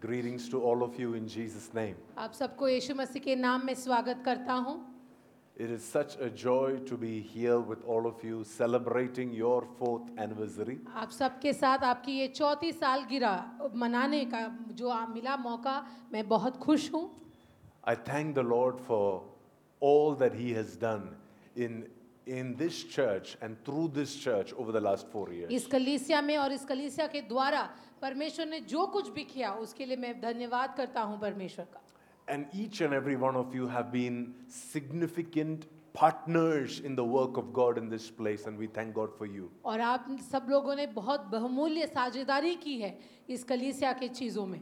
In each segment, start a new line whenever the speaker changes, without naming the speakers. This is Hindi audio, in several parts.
Greetings to all of you in Jesus' name.
आप सबको यीशु मसीह के नाम में स्वागत करता हूँ
It is such a joy to be here with all of you celebrating your fourth anniversary.
आप सबके साथ आपकी ये चौथी सालगिरह मनाने का जो आ, मिला मौका मैं बहुत खुश हूँ
I thank the Lord for all that He has done in, in this church and through this church over the last four years.
इस कलीसिया में और इस कलीसिया के द्वारा परमेश्वर ने जो कुछ भी किया उसके लिए मैं धन्यवाद करता हूँ परमेश्वर का
And each and every one of you have been significant partners in the work of God in this place, and we thank God for you.
और आप सब लोगों ने बहुत बहुमूल्य साझेदारी की है इस कलीसिया के चीज़ों में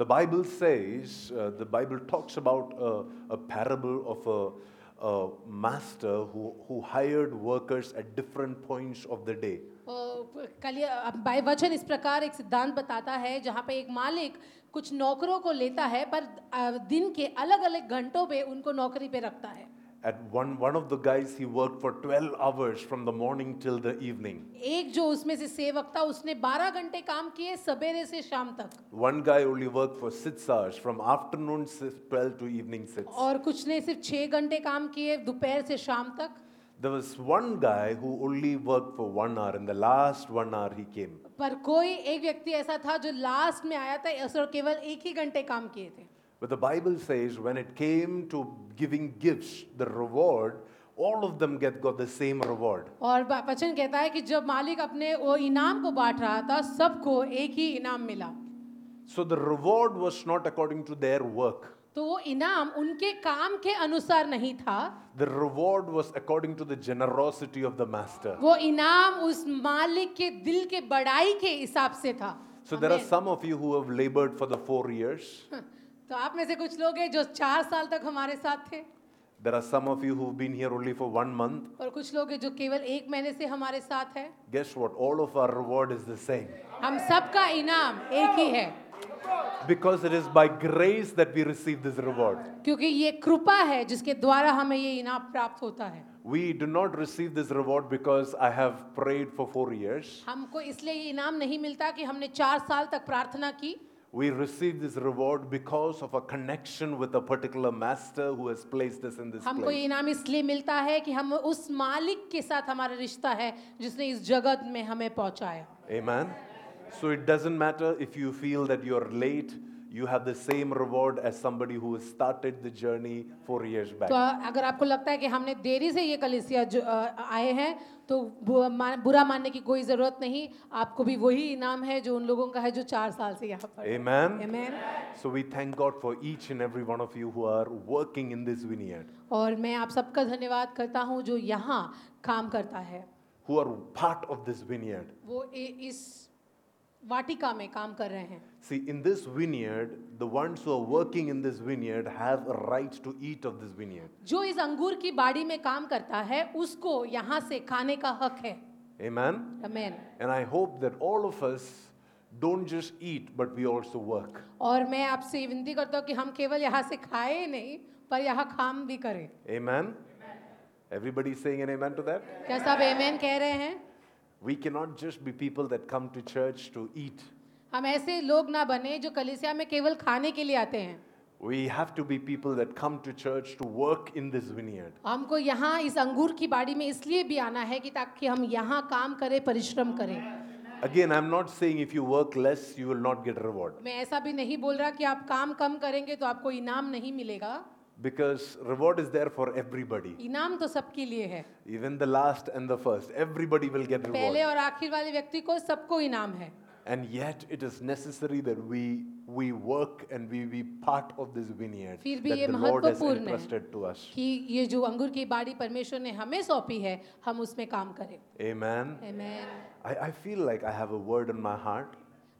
The Bible says, uh, the Bible talks about a, a parable of a, a master who, who hired workers at different points of the day.
और कलिय- अब बाय वचन इस प्रकार एक सिद्धांत बताता है जहाँ पे एक मालिक कुछ नौकरों को लेता है पर अ, दिन के अलग अलग घंटों पे उनको नौकरी पे रखता है
At one, one of the guys, he worked for 12 hours from the morning till the evening.
एक जो उसमें से सेवक था उसने 12 घंटे काम किए सवेरे से शाम तक
One guy only worked for six hours from afternoon si- 12 to evening 6.
और कुछ ने सिर्फ 6 घंटे काम किए दोपहर से शाम तक
There was one guy who only worked for one hour, and the last one hour he came.
पर कोई एक व्यक्ति ऐसा था जो लास्ट में आया था और केवल एक ही घंटे काम किए थे
But the Bible says when it came to giving gifts, the reward, all of them get got the same reward.
और ब- वचन कहता है कि जब मालिक अपने वो इनाम को बांट रहा था सबको एक ही इनाम मिला
So the reward was not according to their work.
तो वो इनाम उनके काम के अनुसार नहीं था
The reward was according to the generosity of the master.
वो इनाम उस मालिक के दिल के बड़ाई के हिसाब से था
So there are some of you who have labored for the four years.
तो आप में से कुछ लोग हैं जो चार साल तक हमारे साथ थे
There are some of you who've been here only for one month.
और कुछ लोग हैं जो केवल एक महीने से हमारे साथ है
Guess what? All of our reward is the same.
हम सबका इनाम एक ही है
Because it is by grace that we receive this reward.
क्योंकि ये कृपा है जिसके द्वारा हमें ये इनाम प्राप्त होता है
We do not receive this reward because I have prayed for four years.
हमको इसलिए ये इनाम नहीं मिलता कि हमने चार साल तक प्रार्थना की
We receive this reward because of a connection with a particular master who has placed us in this
हमको
place.
ये इनाम इसलिए मिलता है कि हम उस मालिक के साथ हमारा रिश्ता है जिसने इस जगत में हमें पहुंचाया
Amen. So it doesn't matter if you feel that you're late, you have the same reward as somebody who has started the journey four years back.
तो अगर आपको लगता है कि हमने देरी से ये कलिसिया जो अ, आए हैं तो बु- मा- बुरा मानने की कोई ज़रूरत नहीं आपको भी वही इनाम है जो उन लोगों का है जो चार साल से यहाँ पर
Amen.
Amen.
So we thank God for each and every one of you who are working in this vineyard,
और मैं आप सबका धन्यवाद करता हूँ जो यहाँ काम करता है
who are part of this vineyard.
वो इ- इस वाटिका में काम कर रहे हैं
See, in this vineyard, the ones who are working in this vineyard have a right to eat of this vineyard.
जो इस अंगूर की बाड़ी में काम करता है उसको यहाँ से खाने का हक है
Amen.
Amen
And I hope that all of us don't just eat, but we also work.
और मैं आपसे ये विनती करता हूँ कि हम केवल यहाँ से खाए नहीं पर यहाँ काम भी करें
Amen? Everybody saying an amen to that?
क्या सब एमेन कह रहे हैं
We cannot just be people that come to church to eat.
हम ऐसे लोग ना बने जो कलिसिया में केवल खाने के लिए आते हैं
We have to be people that come to church to work in this vineyard.
हमको यहाँ इस अंगूर की बाड़ी में इसलिए भी आना है कि ताकि हम यहाँ काम करें परिश्रम करें
Again, I'm not saying if you work less, you will not get reward.
मैं ऐसा भी नहीं बोल रहा कि आप काम कम करेंगे तो आपको इनाम नहीं मिलेगा
Because reward is there for everybody.
इनाम तो सबके लिए है
Even the last and the first. Everybody will get
पहले
reward.
और आखिर वाले व्यक्ति को सबको इनाम है
And yet, it is necessary that we, we work and we be part of this vineyard
फिर भी
that
ये
the Lord has
महत्वपूर्ण है।
entrusted to us.
कि ये जो अंगूर की बाड़ी परमेश्वर ने हमें सौंपी है हम उसमें काम करें
Amen.
Amen.
I, I feel like I have a word in my heart.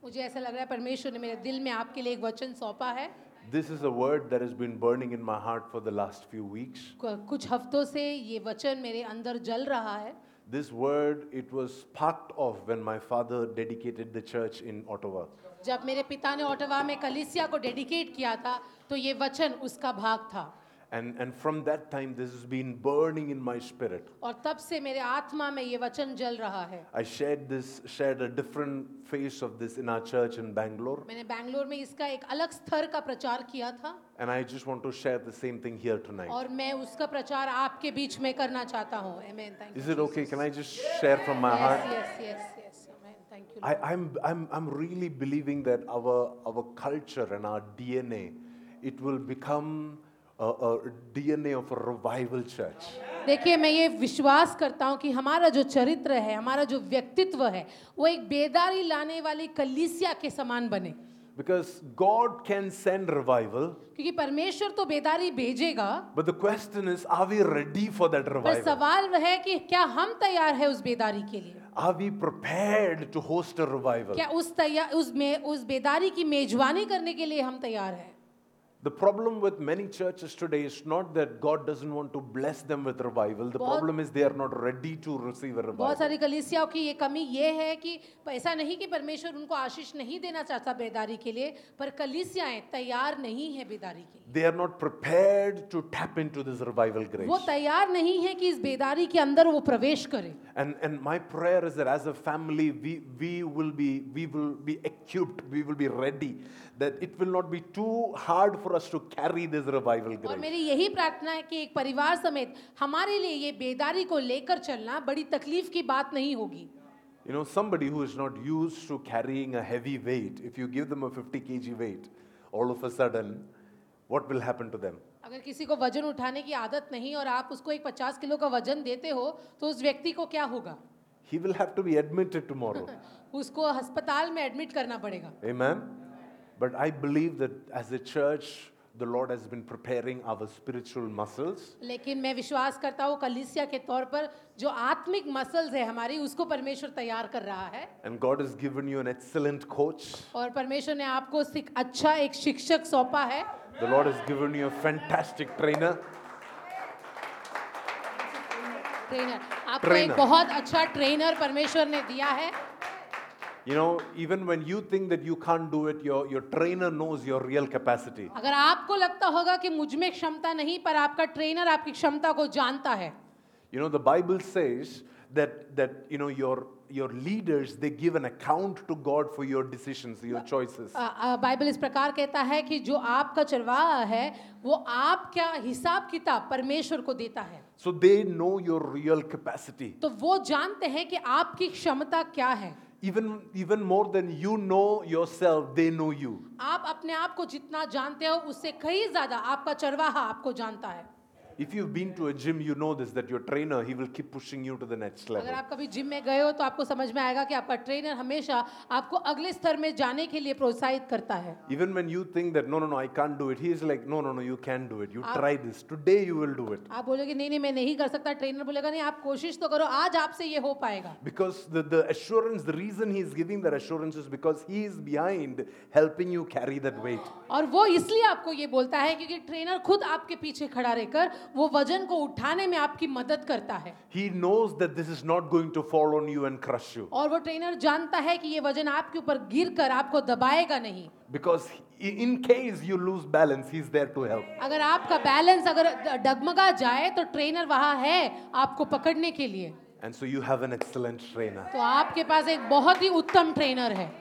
मुझे ऐसा लग रहा है परमेश्वर ने मेरे दिल में आपके लिए एक वचन सौंपा है
This is a word that has been burning in my heart for the last few weeks.
कु- कुछ हफ्तों से ये वचन मेरे अंदर जल रहा है
This word, it was sparked off when my father dedicated the church in Ottawa.
जब मेरे पिता ने ओटवा में कलिसिया को डेडिकेट किया था तो ये वचन उसका भाग था
And, and from that time, this has been burning in my spirit.
और तब से मेरे आत्मा में ये वचन जल रहा है
I shared this, shared a different face of this in our church in Bangalore.
मैंने बैंगलोर में इसका एक अलग स्तर का प्रचार किया था
And I just want to share the same thing here tonight.
और मैं उसका प्रचार आपके बीच में करना चाहता हूँ Amen. Thank you,
Is it
Jesus.
okay? Can I just share from my heart?
Yes, yes, yes, yes. Amen. Thank you.
I, I'm, I'm, I'm really believing that our, our culture and our DNA, it will become a, a DNA of a revival church.
देखिए मैं ये विश्वास करता हूँ कि हमारा जो चरित्र है हमारा जो व्यक्तित्व है वो एक बेदारी लाने वाली कलीसिया के समान बने
Because God can send revival,
क्योंकि परमेश्वर तो बेदारी भेजेगा
but the question is, are we ready for that
पर
revival?
सवाल वह है कि क्या हम तैयार है उस बेदारी के लिए
Are we prepared to host a revival?
क्या उस तैयार उस मे, उस बेदारी की मेजबानी करने के लिए हम तैयार हैं
The problem with many churches today is not that God doesn't want to bless them with revival. The problem is they are not ready to receive a
बहुत
revival.
सारी कलीसियाओं की ये कमी ये है कि ऐसा नहीं कि परमेश्वर उनको आशीष नहीं देना चाहता बेदारी के लिए पर कलीसियाएं तैयार नहीं है बेदारी के लिए
They are not prepared to tap into this revival grace.
वो तैयार नहीं है कि इस बेदारी के अंदर वो प्रवेश करे
And, and my prayer is that as a family, we, we, will be, we will be equipped, we will be ready, that it will not be too hard for us to carry this revival
और
grace.
मेरी यही प्रार्थना है कि एक परिवार समेत हमारे लिए ये बेदारी को लेकर चलना बड़ी तकलीफ की बात नहीं होगी
You know, somebody who is not used to carrying a heavy weight, if you give them a 50 kg weight, all of a sudden, what will happen to them?
अगर किसी को वजन उठाने की आदत नहीं और आप उसको एक 50 किलो का वजन देते हो तो उस व्यक्ति को क्या होगा
He will have to be admitted tomorrow.
उसको अस्पताल में एडमिट करना पड़ेगा
Amen? But I believe that as a church, the Lord has been preparing our spiritual muscles.
लेकिन मैं विश्वास करता हूँ कलिसिया के तौर पर जो आत्मिक मसल्स है हमारी उसको परमेश्वर तैयार कर रहा है
And God has given you an excellent coach.
और परमेश्वर ने आपको सिख- अच्छा एक शिक्षक सौंपा है
The Lord has given you a fantastic trainer.
Trainer आपको
Trainer.
एक बहुत अच्छा ट्रेनर परमेश्वर ने दिया है
You know, even when you think that you can't do it, your, your trainer knows your real capacity.
अगर आपको लगता होगा कि मुझ में क्षमता नहीं पर आपका ट्रेनर आपकी क्षमता को जानता है
You know, the Bible says that, that you know, your, your leaders, they give an account to God for your decisions, your choices.
आ- आ, बाइबल इस प्रकार कहता है कि जो आपका चरवाहा है वो आपका हिसाब किताब परमेश्वर को देता है
So they know your real capacity.
तो वो जानते हैं कि आपकी क्षमता क्या है
Even, even more than you know yourself, they know you.
आप अपने आप को जितना जानते हो उससे कहीं ज्यादा आपका चरवाहा आपको जानता है
If you've been to a gym, you know this that your trainer, he will keep pushing you to the next level.
अगर आप कभी जिम में गए हो तो आपको समझ में आएगा कि आपका ट्रेनर हमेशा आपको अगले स्तर में जाने के लिए प्रोत्साहित करता है
Even when you think that, no, no, no, I can't do it, he is like, no, no, no, you can do it. You try this. Today you will do it.
आप बोलोगे नहीं नहीं मैं नहीं कर सकता ट्रेनर बोलेगा नहीं आप कोशिश तो करो आज आपसे ये हो पाएगा
Because the, the assurance, the reason he is giving that assurance is because he is behind helping you carry that weight.
और वो इसलिए आपको ये बोलता है क्योंकि ट्रेनर खुद आपके पीछे खड़ा रहकर वो वजन को उठाने में आपकी मदद करता है
He knows that this is not going to fall on you and crush you.
और वो ट्रेनर जानता है कि ये वजन आपके ऊपर गिर कर आपको दबाएगा नहीं
Because i- in case you lose balance, he's there to help.
अगर आपका बैलेंस अगर ड- डगमगा जाए तो ट्रेनर वहाँ है आपको पकड़ने के लिए
And so you have an excellent trainer.
तो आपके पास एक बहुत ही उत्तम ट्रेनर है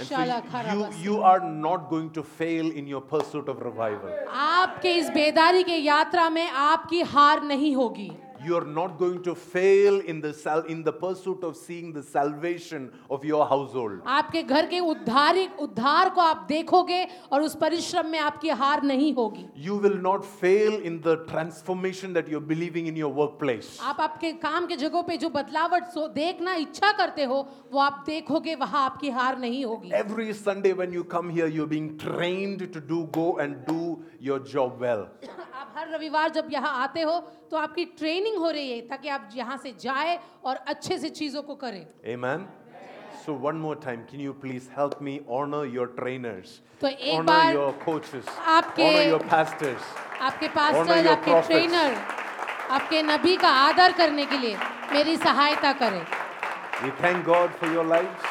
And so
शाला
you,
खराबा
you are not going to fail in your pursuit of revival.
आपके इस बेदारी के यात्रा में आपकी हार नहीं होगी
You are not going to fail in the, sal- in the pursuit of seeing the salvation of your household.
आपके घर के उद्धारी उद्धार को आप देखोगे और उस परिश्रम में आपकी हार नहीं होगी
You will not fail in the transformation that you're believing in your workplace.
आप आपके काम के जगहों पे जो बदलावट सो देखना इच्छा करते हो वो आप देखोगे वहाँ आपकी हार नहीं होगी
Every Sunday when you come here, you're being trained to do, go and do your job well.
आप हर रविवार जब यहाँ आते हो तो आपकी ट्रेनिंग हो रही है ताकि आप यहाँ से जाए और अच्छे से चीज़ों को करें
Amen. So, one more time, can you please help me honor your trainers,
तो एक
honor
बार
your coaches,
आपके-
honor your pastors?
आपके
Honor
पास्टर
your
आपके
prophets.
ट्रेनर आपके नबी का आदर करने के लिए मेरी सहायता करें
We thank God for your lives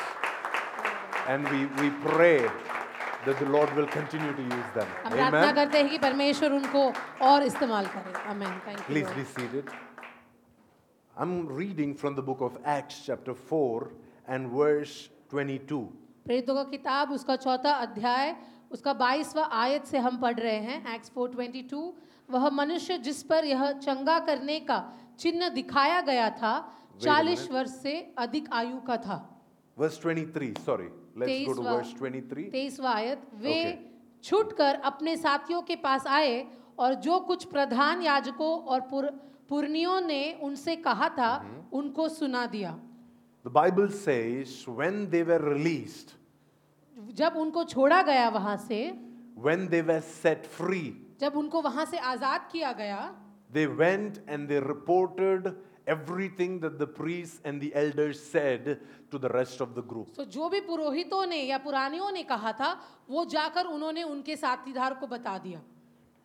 and we, we pray that the Lord will continue to use them.
हम प्रार्थना
Amen.
करते हैं कि परमेश्वर उनको और इस्तेमाल करे आमीन thank
Please
you
be seated. I'm reading from the book of Acts, chapter 4, and verse 22.
प्रेरितों का किताब उसका चौथा अध्याय उसका बाईसवा आयत से हम पढ़ रहे हैं एक्स 4:22 वह मनुष्य जिस पर यह चंगा करने का चिन्ह दिखाया गया था
minute.
चालीस वर्ष से अधिक आयु का था
Verse 23, sorry. Let's go to
23वां.
verse 23.
तेईसवा आयत वे
Okay.
छुट कर अपने साथियों के पास आए और जो कुछ प्रधान याजकों और पुर, पुरनियों ने उनसे कहा था
Mm-hmm.
उनको सुना दिया
The Bible says, when they were released,
जब उनको छोड़ा गया वहां से
when they were set free,
जब उनको वहां से आजाद किया गया
they went and they reported everything that the priests and the elders said to the rest of the group.
तो जो भी पुरोहितों ने या पुरानियों ने कहा था वो जाकर उन्होंने उनके साथीदार को बता दिया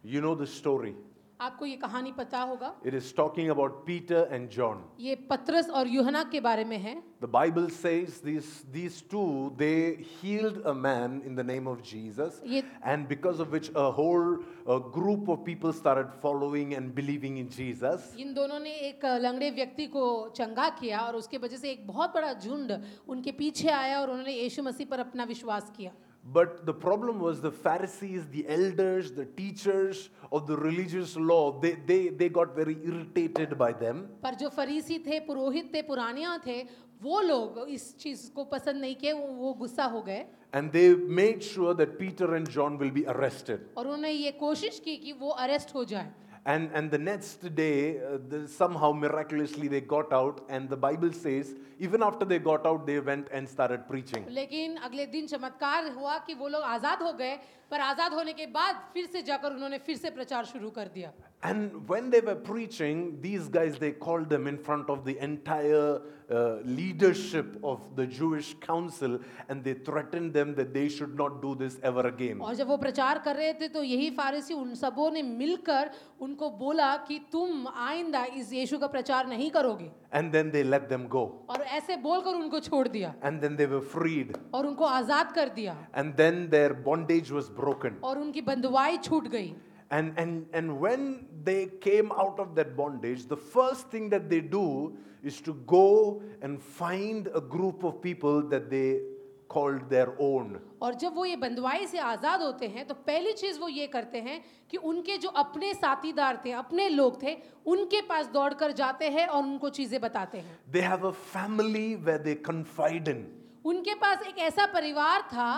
You know the story.
आपको ये कहानी पता होगा
It is talking about Peter and John.
ये पत्रस और यूहना के बारे में है
The Bible says these, these two, they healed a man in the name of Jesus,
Ye-
and because of which a whole uh group of people started following and believing in Jesus.
इन दोनों ने एक लंगड़े व्यक्ति को चंगा किया और उसके वजह से एक बहुत बड़ा झुंड उनके पीछे आया और उन्होंने यीशु मसीह पर अपना विश्वास किया
But the problem was the Pharisees, the elders, the teachers of the religious law, they, they, they got very irritated by them.
पर जो फरीसी थे पुरोहित थे पुरानिया थे वो लोग इस चीज को पसंद नहीं किए वो- वो गुस्सा हो गए
And they made sure that Peter and John will be arrested.
और उन्होंने ये कोशिश की कि वो अरेस्ट हो जाए
And, and the next day, uh, the, somehow miraculously, they got out. And the Bible says, even after they got out, they went and started preaching.
लेकिन अगले दिन चमत्कार हुआ कि वो लोग आजाद हो गए पर आजाद होने के बाद फिर से जाकर उन्होंने फिर से प्रचार शुरू कर दिया
And when they were preaching, these guys, they called them in front of the entire uh, leadership of the Jewish council and they threatened them that they should not do this ever again.
और जब वो प्रचार कर रहे थे तो यही फारसी उन सबों ने मिलकर उनको बोला कि तुम आइंदा इस यीशु का प्रचार नहीं करोगे
And then they let them go.
और ऐसे बोलकर उनको छोड़ दिया
And then they were freed.
और उनको आजाद कर दिया
And then their bondage was broken.
और उनकी बंधुआई छूट गई
And, and, and when they came out of that bondage, the first thing that they do is to go and find a group of people that they called their own.
और जब वो ये बंधुआई से आज़ाद होते हैं तो पहली चीज़ वो ये करते हैं कि उनके जो अपने साथीदार थे अपने लोग थे उनके पास दौड़ कर जाते हैं और उनको चीज़ें बताते हैं
They have a family where they confide in,
उनके पास एक ऐसा परिवार था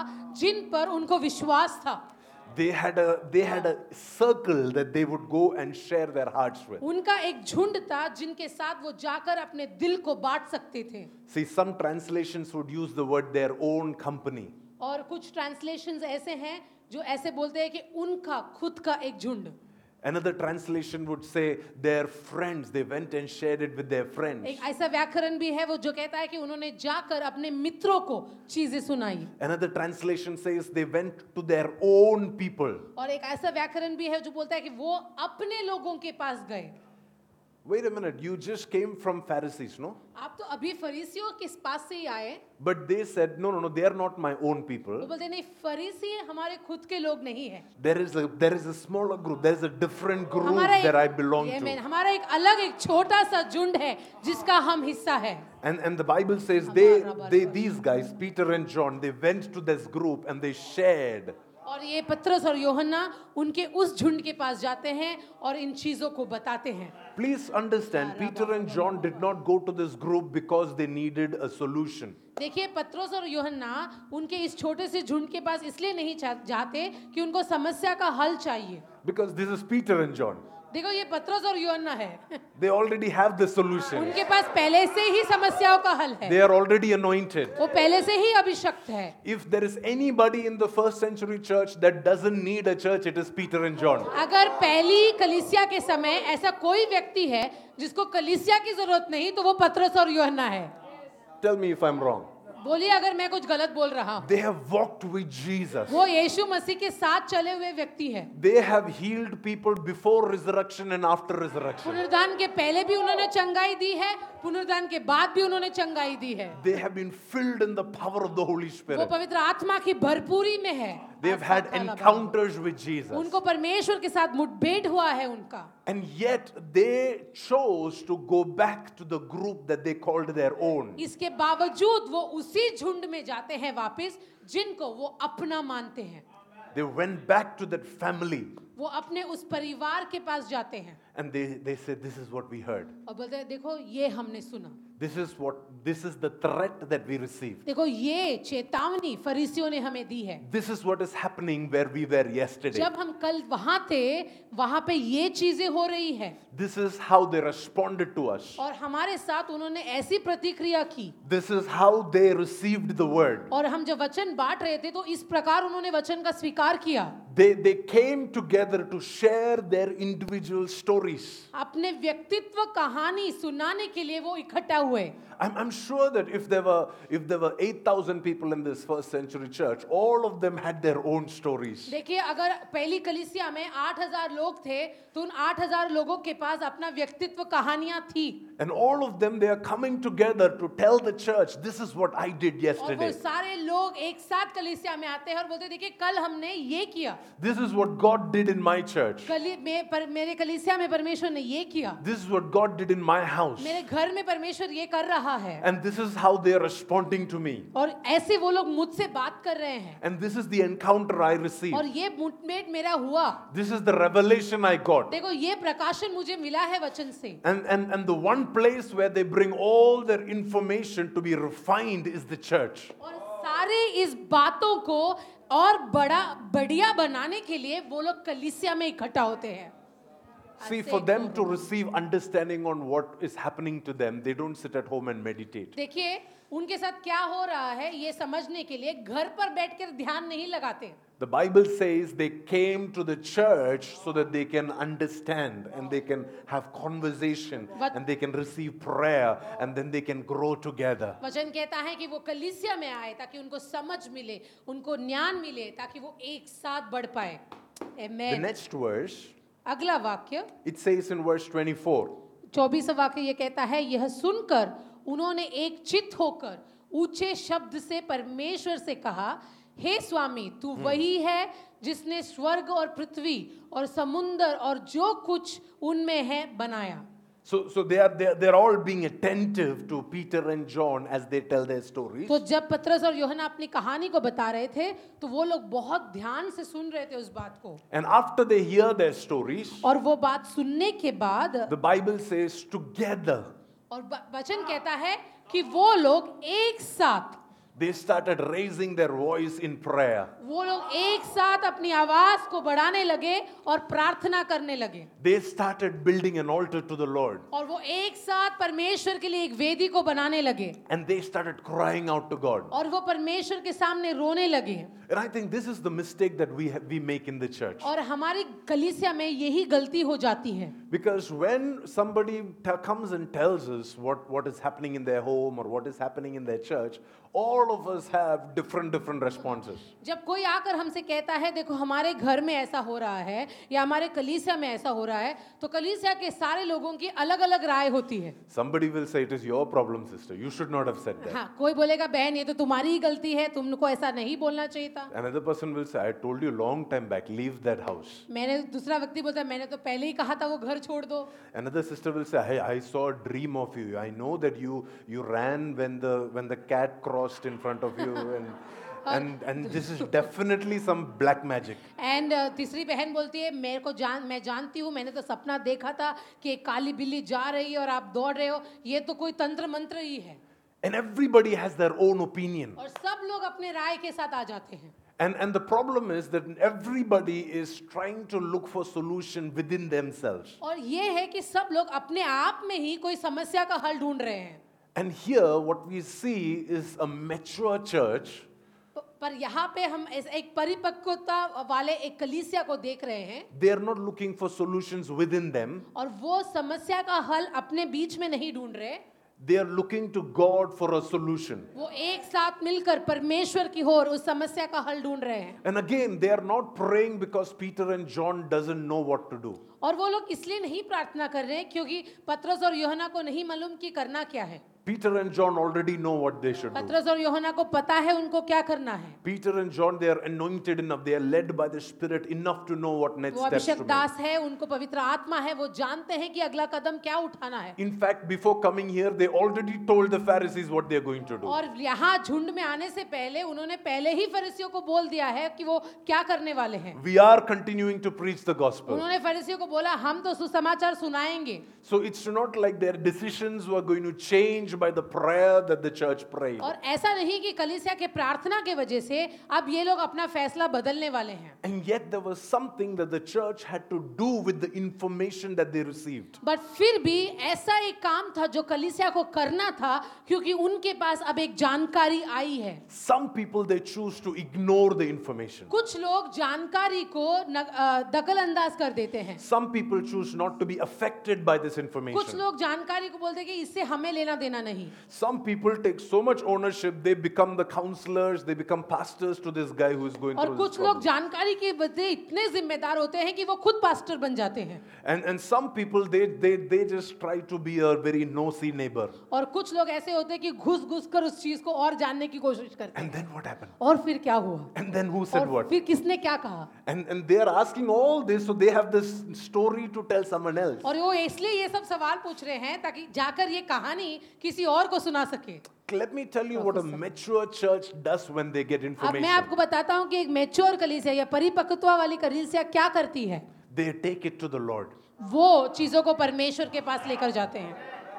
जिन पर उनको विश्वास था
they had, a, they had a circle that they would go and share their hearts with.
उनका एक झुंड था जिनके साथ वो जाकर अपने दिल को बांट सकते थे
See, some translations would use the word their own company.
और कुछ ट्रांसलेशंस ऐसे हैं जो ऐसे बोलते हैं कि उनका खुद का एक झुंड
Another translation would say their friends, they went and shared it with their friends.
एक ऐसा व्याकरण भी है वो जो कहता है कि उन्होंने जाकर अपने मित्रों को चीजें सुनाई
Another translation says they went to their own people.
और एक ऐसा व्याकरण भी है जो बोलता है कि वो अपने लोगों के पास गए
Wait a minute, you just came from Pharisees, no?
आप तो अभी फरीसियों के पास से ही आए
But they said, no, no, no, they are not my own
वो
people.
बोलते नहीं फरीसी हमारे खुद के लोग नहीं है
There is a there is a smaller group, there is a different group
हमारा
that I
एक,
belong
ये
to.
मैंने- हमारा एक अलग एक छोटा सा झुंड है जिसका हम हिस्सा है
And and the Bible says they
हमारा
they these guys, Peter and John, they went to this group and they shared.
और ये पत्रस और योहन्ना उनके उस झुंड के पास जाते हैं और इन चीजों को बताते हैं
Please understand, Peter and John did not go to this group because they needed a solution.
देखिए पत्रस और योहन्ना उनके इस छोटे से झुंड के पास इसलिए नहीं जा- जाते कि उनको समस्या का हल चाहिए
Because this is Peter and John.
देखो ये पत्रस और योहन्ना है
They already have the solution.
उनके पास पहले से ही समस्याओं का हल है
They are already anointed.
वो पहले से ही अभिषक्त है
If there is anybody in the first century church that doesn't need a church, it is Peter and John.
अगर पहली कलिसिया के समय ऐसा कोई व्यक्ति है जिसको कलिसिया की जरूरत नहीं तो वो पत्रस और योहन्ना है
Tell me if I'm wrong.
बोलिए अगर मैं कुछ गलत बोल रहा हूँ
They have walked with Jesus.
वो यीशु मसीह के साथ चले हुए व्यक्ति है
They have healed people before resurrection and after resurrection.
पुनरुद्धान के पहले भी उन्होंने चंगाई दी है पुनरुद्धान के बाद भी उन्होंने चंगाई दी है
They have been filled in the power of the Holy
वो
Spirit.
पवित्र आत्मा की भरपूरी में है
They've had encounters with Jesus.
उनको परमेश्वर के साथ मुठभेड़ हुआ है उनका
And yet they chose to go back to the group that they called their own.
इसके बावजूद वो उसी झुंड में जाते हैं वापस जिनको वो अपना मानते हैं
They went back to that family
वो अपने उस परिवार के पास जाते हैं
and they, they said, This is what we heard.
और बोलते हैं देखो ये हमने सुना
This is what this is the threat that we received.
देखो ये चेतावनी फरीसियों ने हमें दी है
This is what is happening where we were yesterday.
जब हम कल वहां थे वहां पे ये चीजें हो रही है
This is how they responded to us.
और हमारे साथ उन्होंने ऐसी प्रतिक्रिया की
This is how they received the word.
और हम जब वचन बांट रहे थे तो इस प्रकार उन्होंने वचन का स्वीकार किया
They, they came together to share their individual stories.
अपने व्यक्तित्व कहानी सुनाने के लिए वो इकट्ठा हुए
I'm, I'm sure that if there were if there were 8,000 people in this first century church, all of them had their own stories.
देखिए अगर पहली कलिसिया में 8000 लोग थे तो उन 8000 लोगों के पास अपना व्यक्तित्व कहानियां थी
And all of them, they are coming together to tell the church, this is what I did
और वो
yesterday.
सारे लोग एक साथ कलिसिया में आते हैं और बोलते हैं, देखिए कल हमने ये किया
This is what God did in my church.
कली में पर, मेरे कलिसिया में परमेश्वर ने ये किया
This is what God did in my house.
मेरे घर में परमेश्वर ये कर रहा है
And this is how they are responding to me.
और ऐसे वो लोग मुझसे बात कर रहे हैं
And this is the encounter I
और
received.
ये मुठभेड़ मेरा हुआ
This is the revelation I got.
देखो ये प्रकाशन मुझे मिला है वचन से
And, and, and the one place where they bring all their information to be refined is the church.
और सारे इस बातों को और बड़ा बढ़िया बनाने के लिए वो लोग कलिसिया में इकट्ठा होते हैं
See, for them to receive understanding on what is happening to them, they don't sit at home and meditate.
देखिए उनके साथ क्या हो रहा है ये समझने के लिए घर पर बैठकर ध्यान नहीं लगाते
The Bible says they came to the church so that they can understand and they can have conversation
What-
and they can receive prayer and then they can grow together.
वचन कहता है कि वो कलिसिया में आए ताकि उनको समझ मिले उनको ज्ञान मिले ताकि वो एक साथ बढ़ पाए
The
Amen.
next verse,
अगला वाक्य
it says in verse 24,
चौबीसवा वाक्य ये कहता है यह सुनकर उन्होंने एक चित्त होकर ऊंचे शब्द से परमेश्वर से कहा हे स्वामी तू वही है जिसने स्वर्ग और पृथ्वी और समुंदर और जो कुछ उनमें है बनाया
so, so they are, they are, they're all being attentive to Peter and John as they tell their stories.
तो जब पत्रस और योहना अपनी कहानी को बता रहे थे तो वो लोग बहुत ध्यान से सुन रहे थे उस बात को
And after they hear their stories,
और वो बात सुनने के बाद
the Bible says together
और ब- वचन कहता है कि वो लोग एक साथ
they started raising their voice in prayer.
वो लोग एक साथ अपनी आवाज को बढ़ाने लगे और प्रार्थना करने लगे
They started building an altar to the Lord.
और वो एक साथ परमेश्वर के लिए एक वेदी को बनाने लगे
And they started crying out to God.
और वो परमेश्वर के सामने रोने लगे
And I think this is the mistake that we, have, we make in the church.
और हमारी कलीसिया में यही गलती हो जाती है
Because when somebody t- comes and tells us what, what is happening in their home or what is happening in their church, all of us have different, different responses.
जब कोई आकर हमसे कहता है देखो हमारे घर में ऐसा हो रहा है या हमारे कलीसिया में ऐसा हो रहा है तो कलीसिया के सारे लोगों की अलग अलग राय होती है
Somebody will say, It is your problem, sister. You should not have said that.
हाँ कोई बोलेगा बहन ये तो तुम्हारी ही गलती है तुमको ऐसा नहीं बोलना चाहिए था
Another person will say, I told you long time back, leave that house.
मैंने दूसरा व्यक्ति बोलता है मैंने तो पहले ही कहा था वो घर छोड़ दो
Another sister will say, hey, I saw a dream of you. I know that you you ran when the when the cat crossed in front of you and and and this is definitely some black magic.
And uh, तीसरी बहन बोलती है मेरे को जान मैं जानती हूँ मैंने तो सपना देखा था कि एक काली बिल्ली जा रही है और आप दौड़ रहे हो ये तो कोई तंत्र मंत्र ही है
And everybody has their own opinion.
और सब लोग अपने राय के साथ आ जाते हैं
And and the problem is that everybody is trying to look for solution within themselves.
और ये है कि सब लोग अपने आप में ही कोई समस्या का हल ढूंढ रहे हैं
And here what we see is a mature church
प- पर यहाँ पे हम इस एक परिपक्वता वाले एक कलीसिया को देख रहे हैं
they are not looking for solutions within them.
और वो समस्या का हल अपने बीच में नहीं ढूंढ रहे
They are looking to God for a solution.
वो एक साथ मिलकर परमेश्वर की ओर उस समस्या का हल ढूंढ रहे हैं
And again, they are not praying because Peter and John doesn't know what to do.
और वो लोग इसलिए नहीं प्रार्थना कर रहे हैं क्योंकि पत्रस और योहना को नहीं मालूम कि करना क्या है
Peter and John already know what they should do.
पत्रस और योहना को पता है उनको क्या करना है
Peter and John, they are anointed enough, they are led by the Spirit enough to know what next
वो
steps
अभिषेक
to make.
दास है उनको पवित्र आत्मा है वो जानते हैं कि अगला कदम क्या उठाना है
In fact, before coming here, they already told the Pharisees what they are going to do.
और यहाँ झुंड में आने से पहले उन्होंने पहले ही फरीसियों को बोल दिया है कि वो क्या करने वाले हैं
We are continuing to preach the gospel.
उन्होंने फरीसियों को बोला हम तो सुसमाचार सुनाएंगे
So it's not like their decisions were going to change by the prayer that the church prayed.
और ऐसा नहीं कि कलिसिया के प्रार्थना के वजह से अब ये लोग अपना फैसला बदलने वाले हैं
And yet, there was something that the church had to do with the information that they received.
But फिर भी ऐसा एक काम था जो कलिसिया को करना था क्योंकि उनके पास अब एक जानकारी आई है
Some people they choose to ignore the information.
कुछ लोग जानकारी को न- अ, दखलंदाज कर देते हैं
Some people choose not to be affected by this
कुछ
information.
लोग जानकारी को बोलते हैं कि इससे हमें लेना देना नहीं
Some people take so much ownership, they become the counselors, they become pastors to this guy who is going
और
through this
कुछ लोग
problem.
जानकारी के बदले इतने जिम्मेदार होते हैं कि वो खुद पास्टर बन जाते हैं
And, and some people, they, they, they just try to be a very nosy neighbor.
और कुछ लोग ऐसे होते हैं कि घुस घुस कर उस चीज को और जानने की कोशिश करते हैं
And then what happened?
और फिर क्या हुआ
And then who said
और
what?
फिर किसने क्या कहा
And, and they are asking all this, so they have this story to tell someone else.
और वो इसलिए ये सब सवाल पूछ रहे हैं ताकि जाकर ये कहानी किसी और को सुना सके
Let me tell you what a mature church does when they get
अब मैं
information.
आपको बताता हूँ कि एक मेच्योर कलीसिया या परिपक्वता वाली कलीसिया क्या करती है
They take it to the Lord.
वो चीजों को परमेश्वर के पास लेकर जाते हैं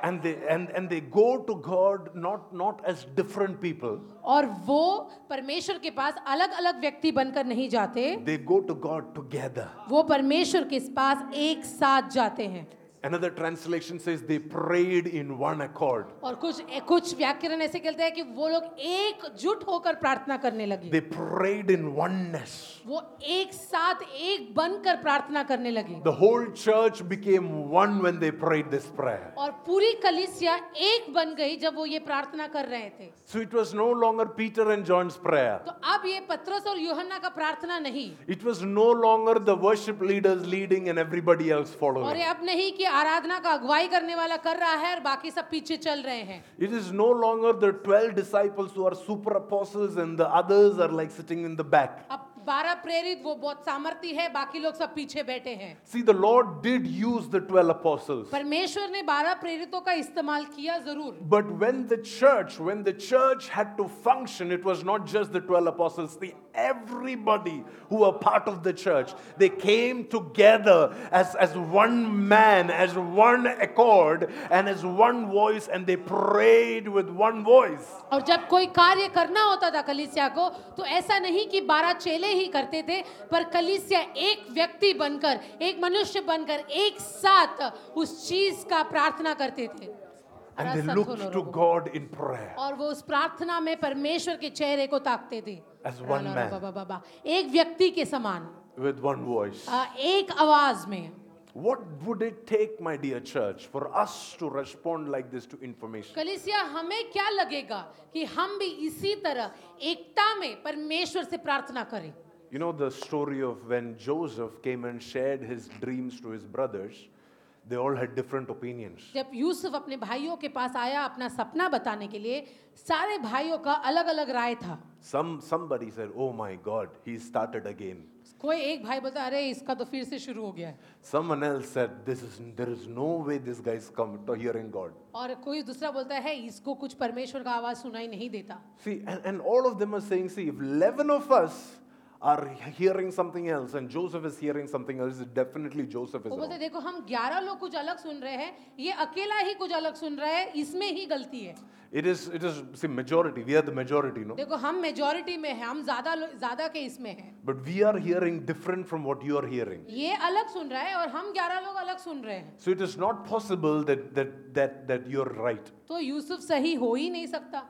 And they, and, and they go to God not, not as different people,
और वो परमेश्वर के पास अलग अलग व्यक्ति बनकर नहीं जाते
they go to God together.
वो परमेश्वर के पास एक साथ जाते हैं
Another translation says they prayed in one accord.
और कुछ कुछ व्याकरण ऐसे कहते हैं कि वो लोग एकजुट होकर प्रार्थना करने लगे
They prayed in oneness.
वो एक साथ एक बनकर प्रार्थना करने लगे
The whole church became one when they prayed this prayer.
और पूरी कलिसिया एक बन गई जब वो ये प्रार्थना कर रहे थे
So it was no longer Peter and John's prayer.
तो अब ये पत्रस और यूहन्ना का प्रार्थना नहीं
It was no longer the worship leaders leading and everybody else
और ये
following.
अब नहीं कि आराधना का अगुवाई करने वाला कर रहा है और बाकी सब पीछे चल रहे हैं
It is no longer the 12 disciples who are super apostles and the others are like sitting in the back.
अब बारह प्रेरित वो बहुत सामर्थी है बाकी लोग सब पीछे बैठे हैं
See, the Lord did use the 12 apostles.
परमेश्वर ने बारह प्रेरितों का इस्तेमाल किया जरूर
But when the church, when the church had to function, it was not just the 12 apostles, the everybody who were part of the church. They came together as, as one man, as one accord, and as one voice, and they prayed with one voice.
और जब कोई कार्य करना होता था कलिसिया को तो ऐसा नहीं कि बारह चेले ही करते थे पर कलिसिया एक व्यक्ति बनकर एक मनुष्य बनकर एक साथ उस चीज का प्रार्थना करते थे
And they
रसत
looked to
होलोरोगो।
God in prayer.
और वो उस प्रार्थना में परमेश्वर के चेहरे को ताकते थे
As one
राला
man.
बाबा बाबा। एक व्यक्ति के समान
With one voice.
अ, एक आवाज में
What would it take, my dear church, for us to respond like this to information?
कलिसिया हमें क्या लगेगा कि हम भी इसी तरह एकता में परमेश्वर से प्रार्थना करें
You know the story of when Joseph came and shared his dreams to his brothers, they all had different opinions.
जब यूसुफ अपने भाइयों के पास आया अपना सपना बताने के लिए सारे भाइयों का अलग अलग राय था
Some somebody said, "Oh my god, he started again."
कोई एक भाई बोलता अरे इसका तो फिर से शुरू हो गया है
Someone else said, "This is there is no way this guy's come to hearing God."
और कोई दूसरा बोलता है इसको कुछ परमेश्वर का आवाज सुनाई नहीं देता
See, and, and all of them are saying, "See, if 11 of us are hearing something else and Joseph is hearing something else, definitely Joseph is
वो बोलते
wrong."
देखो हम ग्यारह लोग कुछ अलग सुन रहे हैं ये अकेला ही कुछ अलग सुन रहा है इसमें ही गलती है
It is it is see majority. We are the majority, no?
देखो हम मेजोरिटी में है हम ज्यादा लो- ज्यादा के इसमें हैं
But we are hearing different from what you are hearing.
ये अलग सुन रहा है और हम ग्यारह लोग अलग सुन रहे हैं
So it is not possible that, that, that, that you're right.
तो यूसुफ सही हो ही नहीं सकता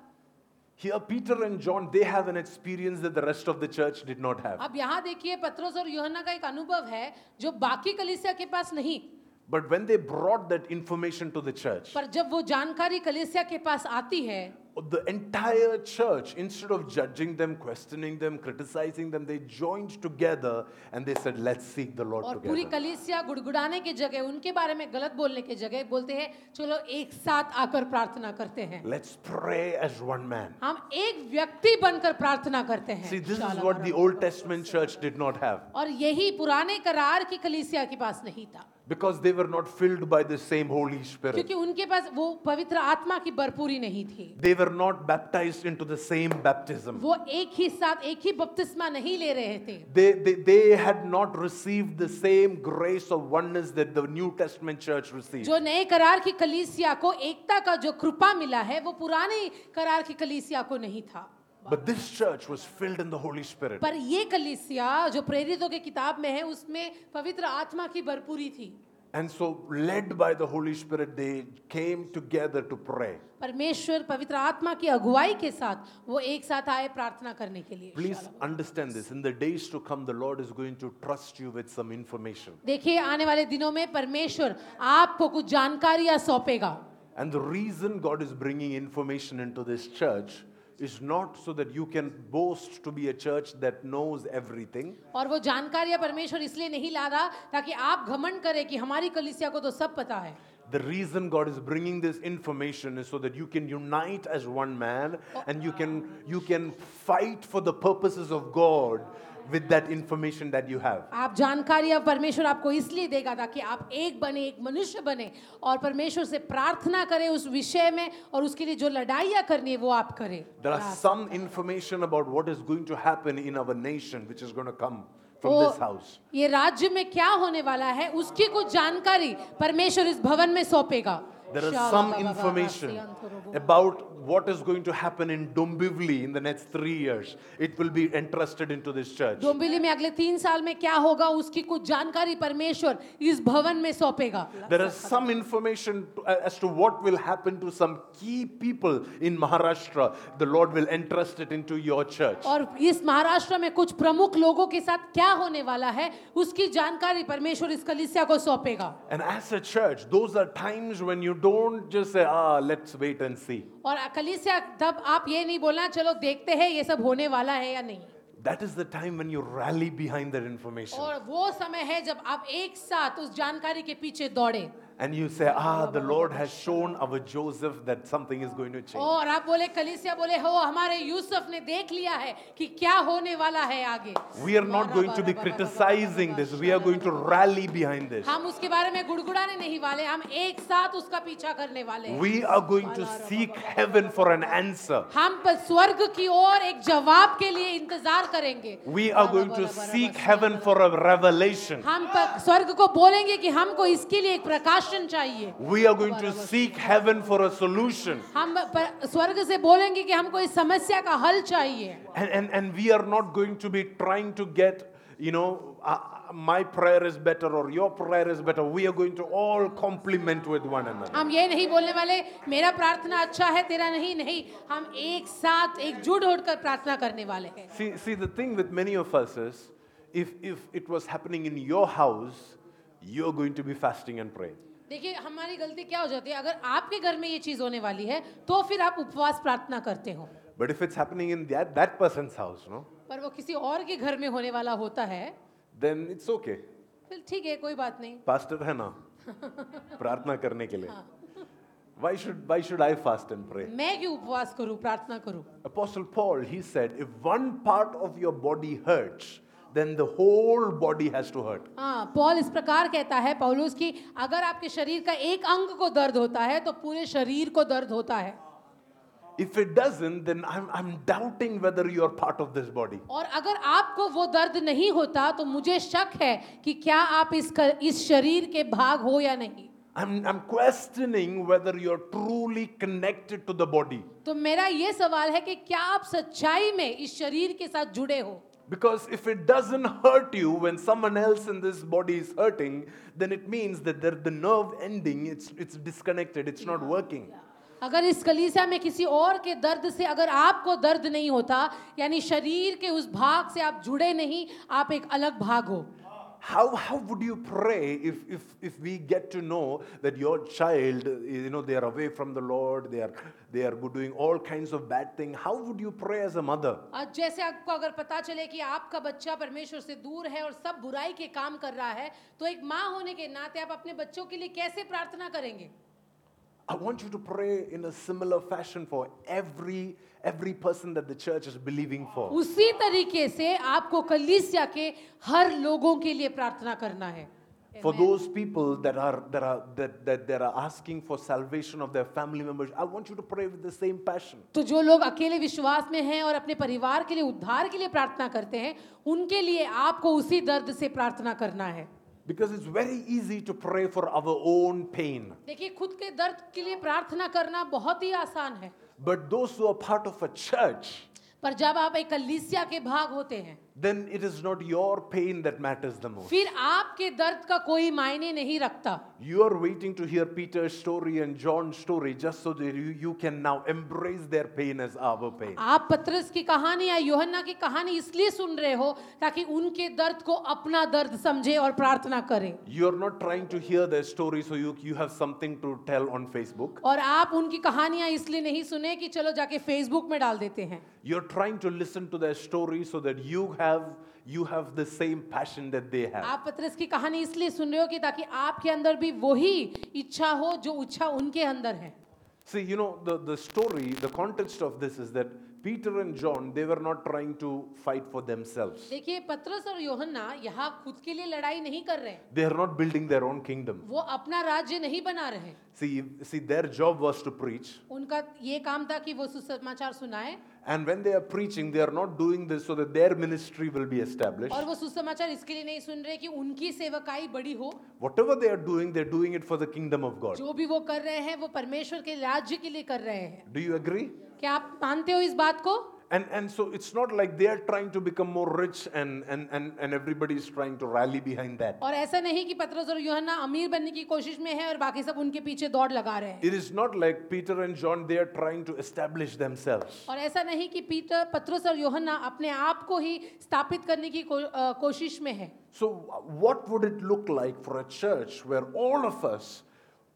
Here, Peter and John, they have an experience that the rest of the church did not have.
अब यहाँ देखिए पत्रस और यूहन्ना का एक अनुभव है जो बाकी कलिसिया के पास नहीं
But when they brought that information to the church,
पर जब वो जानकारी कलिसिया के पास आती है
the entire church, instead of judging them, questioning them, criticizing them, they joined together and they said, Let's seek the Lord
और पूरी
together.
कलिसिया गुड़गुड़ाने की जगह उनके बारे में गलत बोलने की जगह बोलते हैं चलो एक साथ आकर प्रार्थना करते हैं
Let's pray as one man.
हम एक व्यक्ति बनकर प्रार्थना करते
See,
हैं
this is what the Old Testament church did not have
और यही पुराने करार की कलीसिया के पास नहीं था
because they were not filled by the same Holy Spirit.
क्योंकि उनके पास वो पवित्र आत्मा की भरपूरी नहीं थी
They were not baptized into the same baptism.
वो एक ही साथ एक ही बपतिस्मा नहीं ले रहे थे
They, they, they had not received the same grace of oneness that the New Testament church received.
जो नए करार की कलीसिया को एकता का जो कृपा मिला है वो पुराने करार की कलीसिया को नहीं था
But this church was filled in the Holy Spirit.
पर ये कलीसिया जो प्रेरितों की किताब में है उसमें पवित्र आत्मा की भरपूरी थी
And so, led by the Holy Spirit, they came together to pray.
परमेश्वर पवित्र आत्मा की अगुवाई के साथ वो एक साथ आए प्रार्थना करने के लिए
Please understand this. In the days to come, the Lord is going to trust you with some information.
देखिए आने वाले दिनों में परमेश्वर आपको कुछ जानकारियां सौंपेगा
And the reason God is bringing information into this church is not so that you can boast to be a church that knows everything,
और वो जानकारियां परमेश्वर इसलिए नहीं ला रहा ताकि आप घमंड करें कि हमारी कलिसिया को तो सब पता है
The reason God is bringing this information is so that you can unite as one man and you can you can fight for the purposes of God with that information that you have.
आप जानकारियां परमेश्वर आपको इसलिए देगा ताकि आप एक बने एक मनुष्य बने और परमेश्वर से प्रार्थना करें उस विषय में और उसके लिए जो लड़ाइयाँ करनी है वो आप करें
There are some information about what is going to happen in our nation which is going to come from
वो-
this house.
ये राज्य में क्या होने वाला है उसकी कुछ जानकारी परमेश्वर इस भवन में सौंपेगा
There
शाला
is some
बाबा बाबा
information
सियांतोरोबो।
about what is going to happen in Dombivli in the next 3 years. It will be entrusted into this church.
Dombivli में अगले तीन साल में क्या होगा उसकी कुछ जानकारी परमेश्वर इस भवन में सौंपेगा
There is some information to- uh, as to what will happen to some key people in Maharashtra. The Lord will entrust it into your church.
और इस महाराष्ट्र में कुछ प्रमुख लोगों के साथ क्या होने वाला है उसकी जानकारी परमेश्वर इस कलिसिया को सौंपेगा
And as a church, those are times when you don't just say, ah, let's wait and see.
और कलिसिया तब आप ये नहीं बोलना चलो देखते हैं ये सब होने वाला है या नहीं
That is the time when you rally behind that information.
और वो समय है जब आप एक साथ उस जानकारी के पीछे दौड़े
And you say, ah, the Lord has shown our Joseph that something is going to change.
और आप बोले कलिसिया बोले हो हमारे यूसुफ ने देख लिया है कि क्या होने वाला है आगे
We are not going to be criticizing this. We are going to rally behind this.
हम उसके बारे में गुड़गुड़ाने नहीं वाले हम एक साथ उसका पीछा करने वाले हैं
We are going to seek heaven for an answer.
हम पर स्वर्ग की ओर एक जवाब के लिए इंतजार करेंगे
We are going to seek heaven for a revelation.
हम पर स्वर्ग को बोलेंगे कि हमको इसके लिए एक प्रकाशन चाहिए
We are going to seek heaven for a solution.
हम पर स्वर्ग से बोलेंगे कि हमको इस समस्या का हल चाहिए
And, and, and we are not going to be trying to get, you know, uh, uh, my prayer is better or your prayer is better. We are going to all compliment with one another.
हम ये नहीं बोलने वाले मेरा प्रार्थना अच्छा है तेरा नहीं नहीं हम एक साथ एकजुट होकर प्रार्थना करने वाले हैं
See, see, the thing with many of us is if, if it was happening in your house, you're going to be fasting and praying.
देखिए हमारी गलती क्या हो जाती है अगर आपके घर में ये चीज होने वाली है तो फिर आप उपवास प्रार्थना करते हो
But if it's happening in that, that person's house, no,
पर वो किसी और के घर में होने वाला होता है
then it's okay.
फिर ठीक है कोई बात नहीं
पास्टर है ना प्रार्थना करने के लिए why should why should i fast and pray
मैं क्यों उपवास करूं प्रार्थना करूं
apostle paul he said if one part of your body hurts then the whole body has to hurt
हाँ पॉल इस प्रकार कहता है पौलुस की अगर आपके शरीर का एक अंग को दर्द होता है तो पूरे शरीर को दर्द होता है
if it doesn't then i'm i'm doubting whether you are part of this body
और अगर आपको वो दर्द नहीं होता तो मुझे शक है कि क्या आप इस कर, इस शरीर के भाग हो या नहीं
i'm i'm questioning whether you're truly connected to the body
तो मेरा ये सवाल है कि क्या आप सच्चाई में इस शरीर के साथ जुड़े हो
because if it doesn't hurt you when someone else in this body is hurting then it means that there, the nerve ending it's it's disconnected it's not working
अगर इस कलीसिया में किसी और के दर्द से अगर आपको दर्द नहीं होता यानी शरीर के उस भाग से आप जुड़े नहीं आप एक अलग भाग हो
How, how would you pray if, if, if we get to know that your child, you know, they are away from the Lord, they are, they are doing all kinds of bad things? How would you pray as a mother?
आज जैसे आपको अगर पता चले कि आपका बच्चा परमेश्वर से दूर है और सब बुराई के काम कर रहा है तो एक माँ होने के नाते आप अपने बच्चों के लिए कैसे प्रार्थना करेंगे
I want you to pray in a similar fashion for every, every person that the church is believing for.
उसी तरीके से आपको कलीसिया के हर लोगों के लिए प्रार्थना करना है
For those people that are, that, are, that, that, that are asking for salvation of their family members, I want you to pray with the same passion.
तो जो लोग अकेले विश्वास में हैं और अपने परिवार के लिए उद्धार के लिए प्रार्थना करते हैं उनके लिए आपको उसी दर्द से प्रार्थना करना है
Because it's very easy to pray for our own pain.
देखिए खुद के दर्द के लिए प्रार्थना करना बहुत ही आसान है
But those who are part of a church,
पर जब आप एक कलीसिया के भाग होते हैं
then it is not your pain that matters the most.
फिर आपके दर्द का कोई मायने नहीं रखता
You are waiting to hear Peter's story and John's story just so that you, you can now embrace their pain as our pain.
आप पत्रस की कहानी या योहन्ना की कहानी इसलिए सुन रहे हो ताकि उनके दर्द को अपना दर्द समझे और प्रार्थना करें
You are not trying to hear their story so you, you have something to tell on Facebook.
और आप उनकी कहानियां इसलिए नहीं सुने कि चलो जाके फेसबुक में डाल देते हैं
You're trying to listen to their story so that you have, you have the same passion that they have.
आप पत्रस की कहानी इसलिए सुन रहे हो कि ताकि आपके अंदर भी वही इच्छा हो जो इच्छा उनके अंदर है
See, you know, the, the story, the context of this is that Peter and John, they were not trying to fight for themselves.
देखिए पत्रस और योहन्ना यहाँ खुद के लिए लड़ाई नहीं कर रहे हैं
They are not building their own kingdom.
वो अपना राज्य नहीं बना रहे हैं
See, see, their job was to preach.
उनका ये काम था कि वो सुसमाचार सुनाए
And when they are preaching, they are not doing this so that their ministry will be established.
और वो सुसमाचार इसके लिए नहीं सुन रहे कि उनकी सेवकाई बड़ी हो
Whatever they are doing, they're doing it for the kingdom of God.
जो भी वो कर रहे हैं वो परमेश्वर के राज्य के लिए कर रहे हैं
Do you agree?
क्या आप मानते हो इस बात को
And, and so it's not like they are trying to become more rich and, and, and, and everybody is trying to rally behind that.
और ऐसा नहीं कि पतरस और यूहन्ना अमीर बनने की कोशिश में है और बाकी सब उनके पीछे दौड़ लगा रहे हैं
It is not like Peter and John, they are trying to establish themselves.
और ऐसा नहीं कि पीटर पतरस और यूहन्ना अपने आप को ही स्थापित करने की को, अ, कोशिश में है
So, what would it look like for a church where all of us,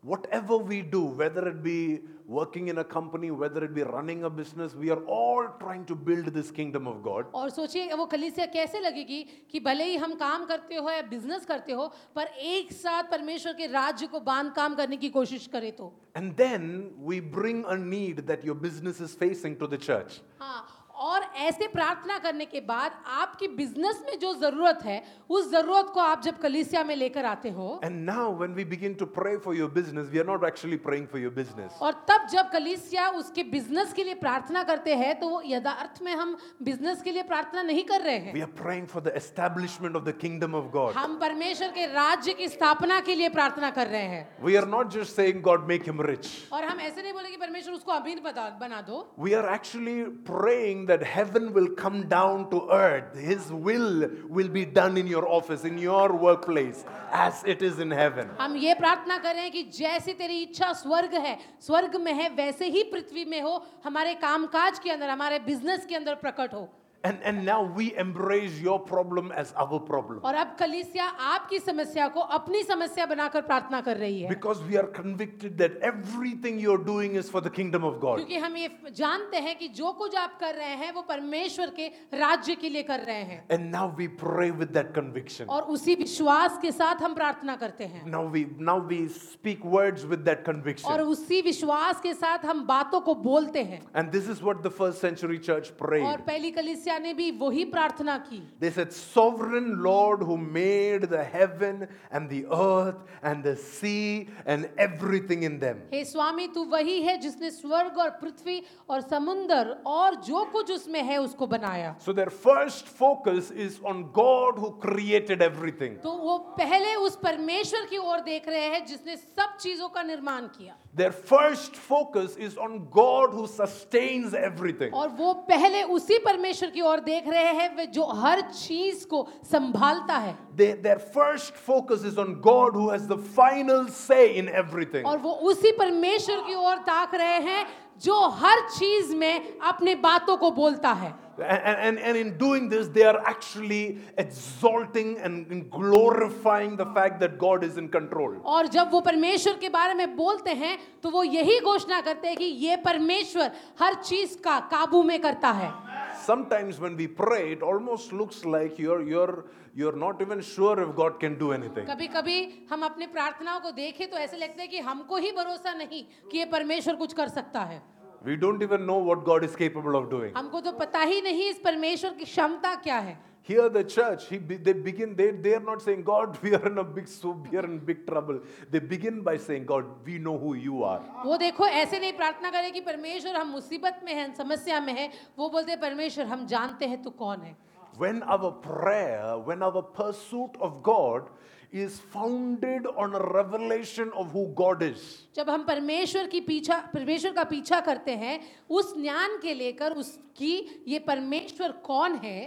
whatever we do, whether it be working in a company, whether it be running a business, we are all trying to build this kingdom of God?
और सोचिए वो कलीसिया कैसे लगेगी कि भले ही हम काम करते हो या बिजनेस करते हो पर एक साथ परमेश्वर के राज्य को बांध काम करने की कोशिश करें तो
And then we bring a need that your business is facing to the church.
हाँ और ऐसे प्रार्थना करने के बाद आपकी बिजनेस में जो जरूरत है उस जरूरत को आप जब कलीसिया में लेकर आते हो
And now, when we begin to pray for your business, we are not actually praying for your business.
और तब जब कलीसिया उसके बिजनेस के लिए प्रार्थना करते हैं तो वो यथार्थ में हम बिजनेस के लिए प्रार्थना नहीं कर रहे हैं
We are praying for the establishment of the kingdom of God.
हम परमेश्वर के राज्य की स्थापना के लिए प्रार्थना कर रहे हैं
We are not just saying, God, make him rich.
और हम ऐसे नहीं बोले कि परमेश्वर उसको अमीर बता- बना दो
We are actually praying that heaven will come down to earth. His will will be done in your office, in your workplace, as it is in heaven.
हम ये प्रार्थना कर रहे हैं कि जैसी तेरी इच्छा स्वर्ग है स्वर्ग में है वैसे ही पृथ्वी में हो हमारे कामकाज के अंदर हमारे बिजनेस के अंदर प्रकट हो
And, and now we embrace your problem as our problem.
और अब कलीसिया आपकी समस्या को अपनी समस्या बनाकर प्रार्थना कर रही है
Because we are convicted that everything you're doing is for the kingdom of God.
क्योंकि हम ये जानते हैं कि जो कुछ आप कर रहे हैं वो परमेश्वर के राज्य के लिए कर रहे हैं
And now we pray with that conviction.
और उसी विश्वास के साथ हम प्रार्थना करते हैं
Now we now we speak words with that
और
conviction.
उसी विश्वास के साथ हम बातों को बोलते हैं
And this is what the first century church
और
prayed.
पहली कलीसिया ने भी वही प्रार्थना की
They said, Sovereign Lord who made the heaven and the earth and the sea and everything in them.
हे स्वामी तू वही है जिसने स्वर्ग और पृथ्वी और समुंदर और जो कुछ उसमें है उसको बनाया
So their first focus is on God who created everything.
तो वो पहले उस परमेश्वर की ओर देख रहे हैं जिसने सब चीजों का निर्माण किया
Their first focus is on God who sustains everything.
और वो पहले उसी परमेश्वर की ओर देख रहे हैं वे जो हर चीज को संभालता है
They, their first focus is on God who has the final say in everything.
और वो उसी परमेश्वर की ओर ताक रहे हैं जो हर चीज में अपने बातों को बोलता है
And, and, and in doing this, they are actually exalting and glorifying the fact that God is in control.
और जब वो परमेश्वर के बारे में बोलते हैं तो वो यही घोषणा करते हैं कि ये परमेश्वर हर चीज का काबू में करता है
Sometimes when we pray, it almost looks like you're, you're, you're not even sure if God can do anything.
कभी कभी हम अपने प्रार्थनाओं को देखें तो ऐसे लगता है कि हमको ही भरोसा नहीं कि ये परमेश्वर कुछ कर सकता है
We don't even know what God is capable of doing.
हमको तो पता ही नहीं इस परमेश्वर की क्षमता क्या है
Here, the church, he, be- they begin, they, they are not saying, God, we are in a big soup, we are in big trouble. They begin by saying, God, we know who you are.
वो देखो ऐसे नहीं प्रार्थना करें कि परमेश्वर हम मुसीबत में हैं समस्या में हैं वो बोलते हैं परमेश्वर हम जानते हैं तू कौन है
When our prayer, when our pursuit of God is founded on a revelation of who God is,
जब हम परमेश्वर की पीछा परमेश्वर का पीछा करते हैं उस ज्ञान के लेकर उसकी ये परमेश्वर कौन है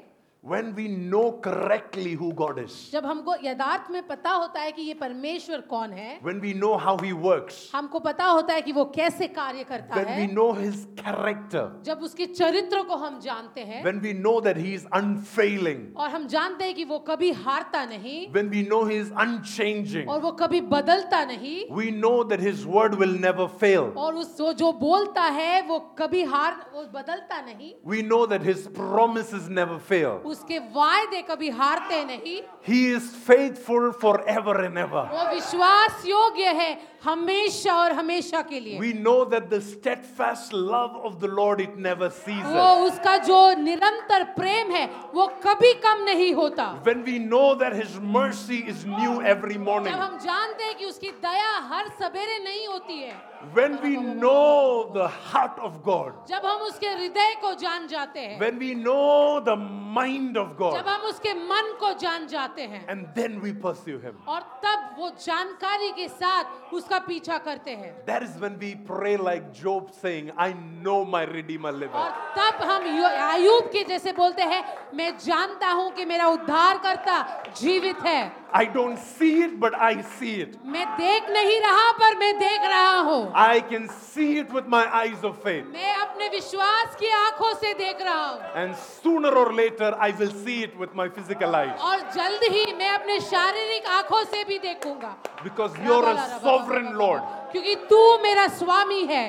when we know correctly who God is,
जब हमको यथार्थ में पता होता है कि ये परमेश्वर कौन है
when we know how He works,
हमको पता होता है कि वो कैसे कार्य करता
when we
है
know His character,
जब उसके चरित्र को हम जानते हैं
when we know that He is unfailing,
और हम जानते हैं कि वो कभी हारता नहीं
when we know He is unchanging,
और वो कभी बदलता नहीं
we know that His word will never fail.
और उस वो जो बोलता है वो कभी हार वो बदलता नहीं
We know that His promises never fail.
उसके वायदे कभी हारते नहीं
He is faithful forever and ever.
वो विश्वास योग्य है हमेशा और हमेशा के लिए
We know that the steadfast love of the Lord it never
वो
ceases.
उसका जो निरंतर प्रेम है वो कभी कम नहीं होता
When we know that His mercy is new every morning,
जब हम जानते हैं कि उसकी दया हर सवेरे नहीं होती है
when we know the heart of God,
जब हम उसके हृदय को जान जाते हैं
when we know the mind of
जब
God,
हम उसके मन को जान जाते हैं
and then we pursue Him.
और तब वो जानकारी के साथ उसका पीछा करते हैं
That is when we pray like Job saying, I know my Redeemer
और
liveth.
तब हम यो- आयूब के जैसे बोलते हैं मैं जानता हूं कि मेरा उद्धार करता जीवित है
I don't see it, but I see it.
मैं देख नहीं रहा पर मैं देख रहा हूं
I can see it with my eyes of faith.
मैं अपने विश्वास की आंखों से देख रहा हूं
And sooner or later, I will see it with my physical eyes.
और जल्द ही मैं अपने शारीरिक आंखों से भी देखूंगा
Because you're a sovereign Lord.
क्योंकि तू मेरा स्वामी है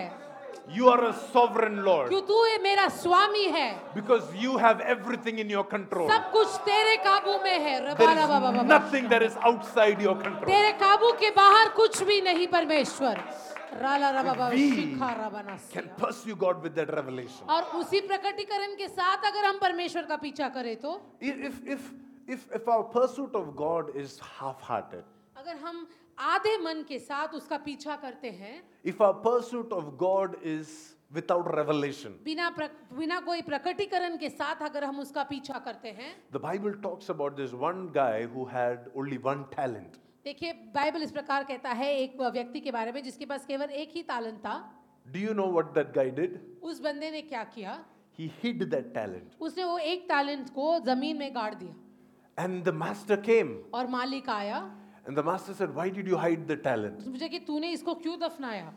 You are a sovereign Lord.
क्यों तू ये मेरा स्वामी है
Because you have everything in your control.
सब कुछ तेरे काबू में है रबा
There
rava
is
Baba
nothing that is outside your control.
तेरे काबू के बाहर कुछ भी नहीं परमेश्वर राला रबा बाबा
We
Shikha rava Nasiya.
Can pursue God with that revelation.
और उसी प्रकटीकरण के साथ अगर हम परमेश्वर का पीछा करें तो
If, if, if, if our pursuit of God is half hearted,
अगर हम आधे मन के साथ उसका पीछा करते हैं
if our pursuit of God is without revelation,
बिना प्र, बिना कोई प्रकटीकरण के साथ अगर हम उसका पीछा करते हैं
the Bible talks about this one guy who had only one talent.
देखिए बाइबल इस प्रकार कहता है एक व्यक्ति के बारे में जिसके पास केवल एक ही तालन था
Do you know what that guy did?
उस बंदे ने क्या किया
He hid that talent.
उसने वो एक टैलेंट को जमीन में गाड़ दिया
And the master came.
और मालिक आया
And the master said, Why did you hide the talent?
मुझे कि तूने इसको क्यों दफनाया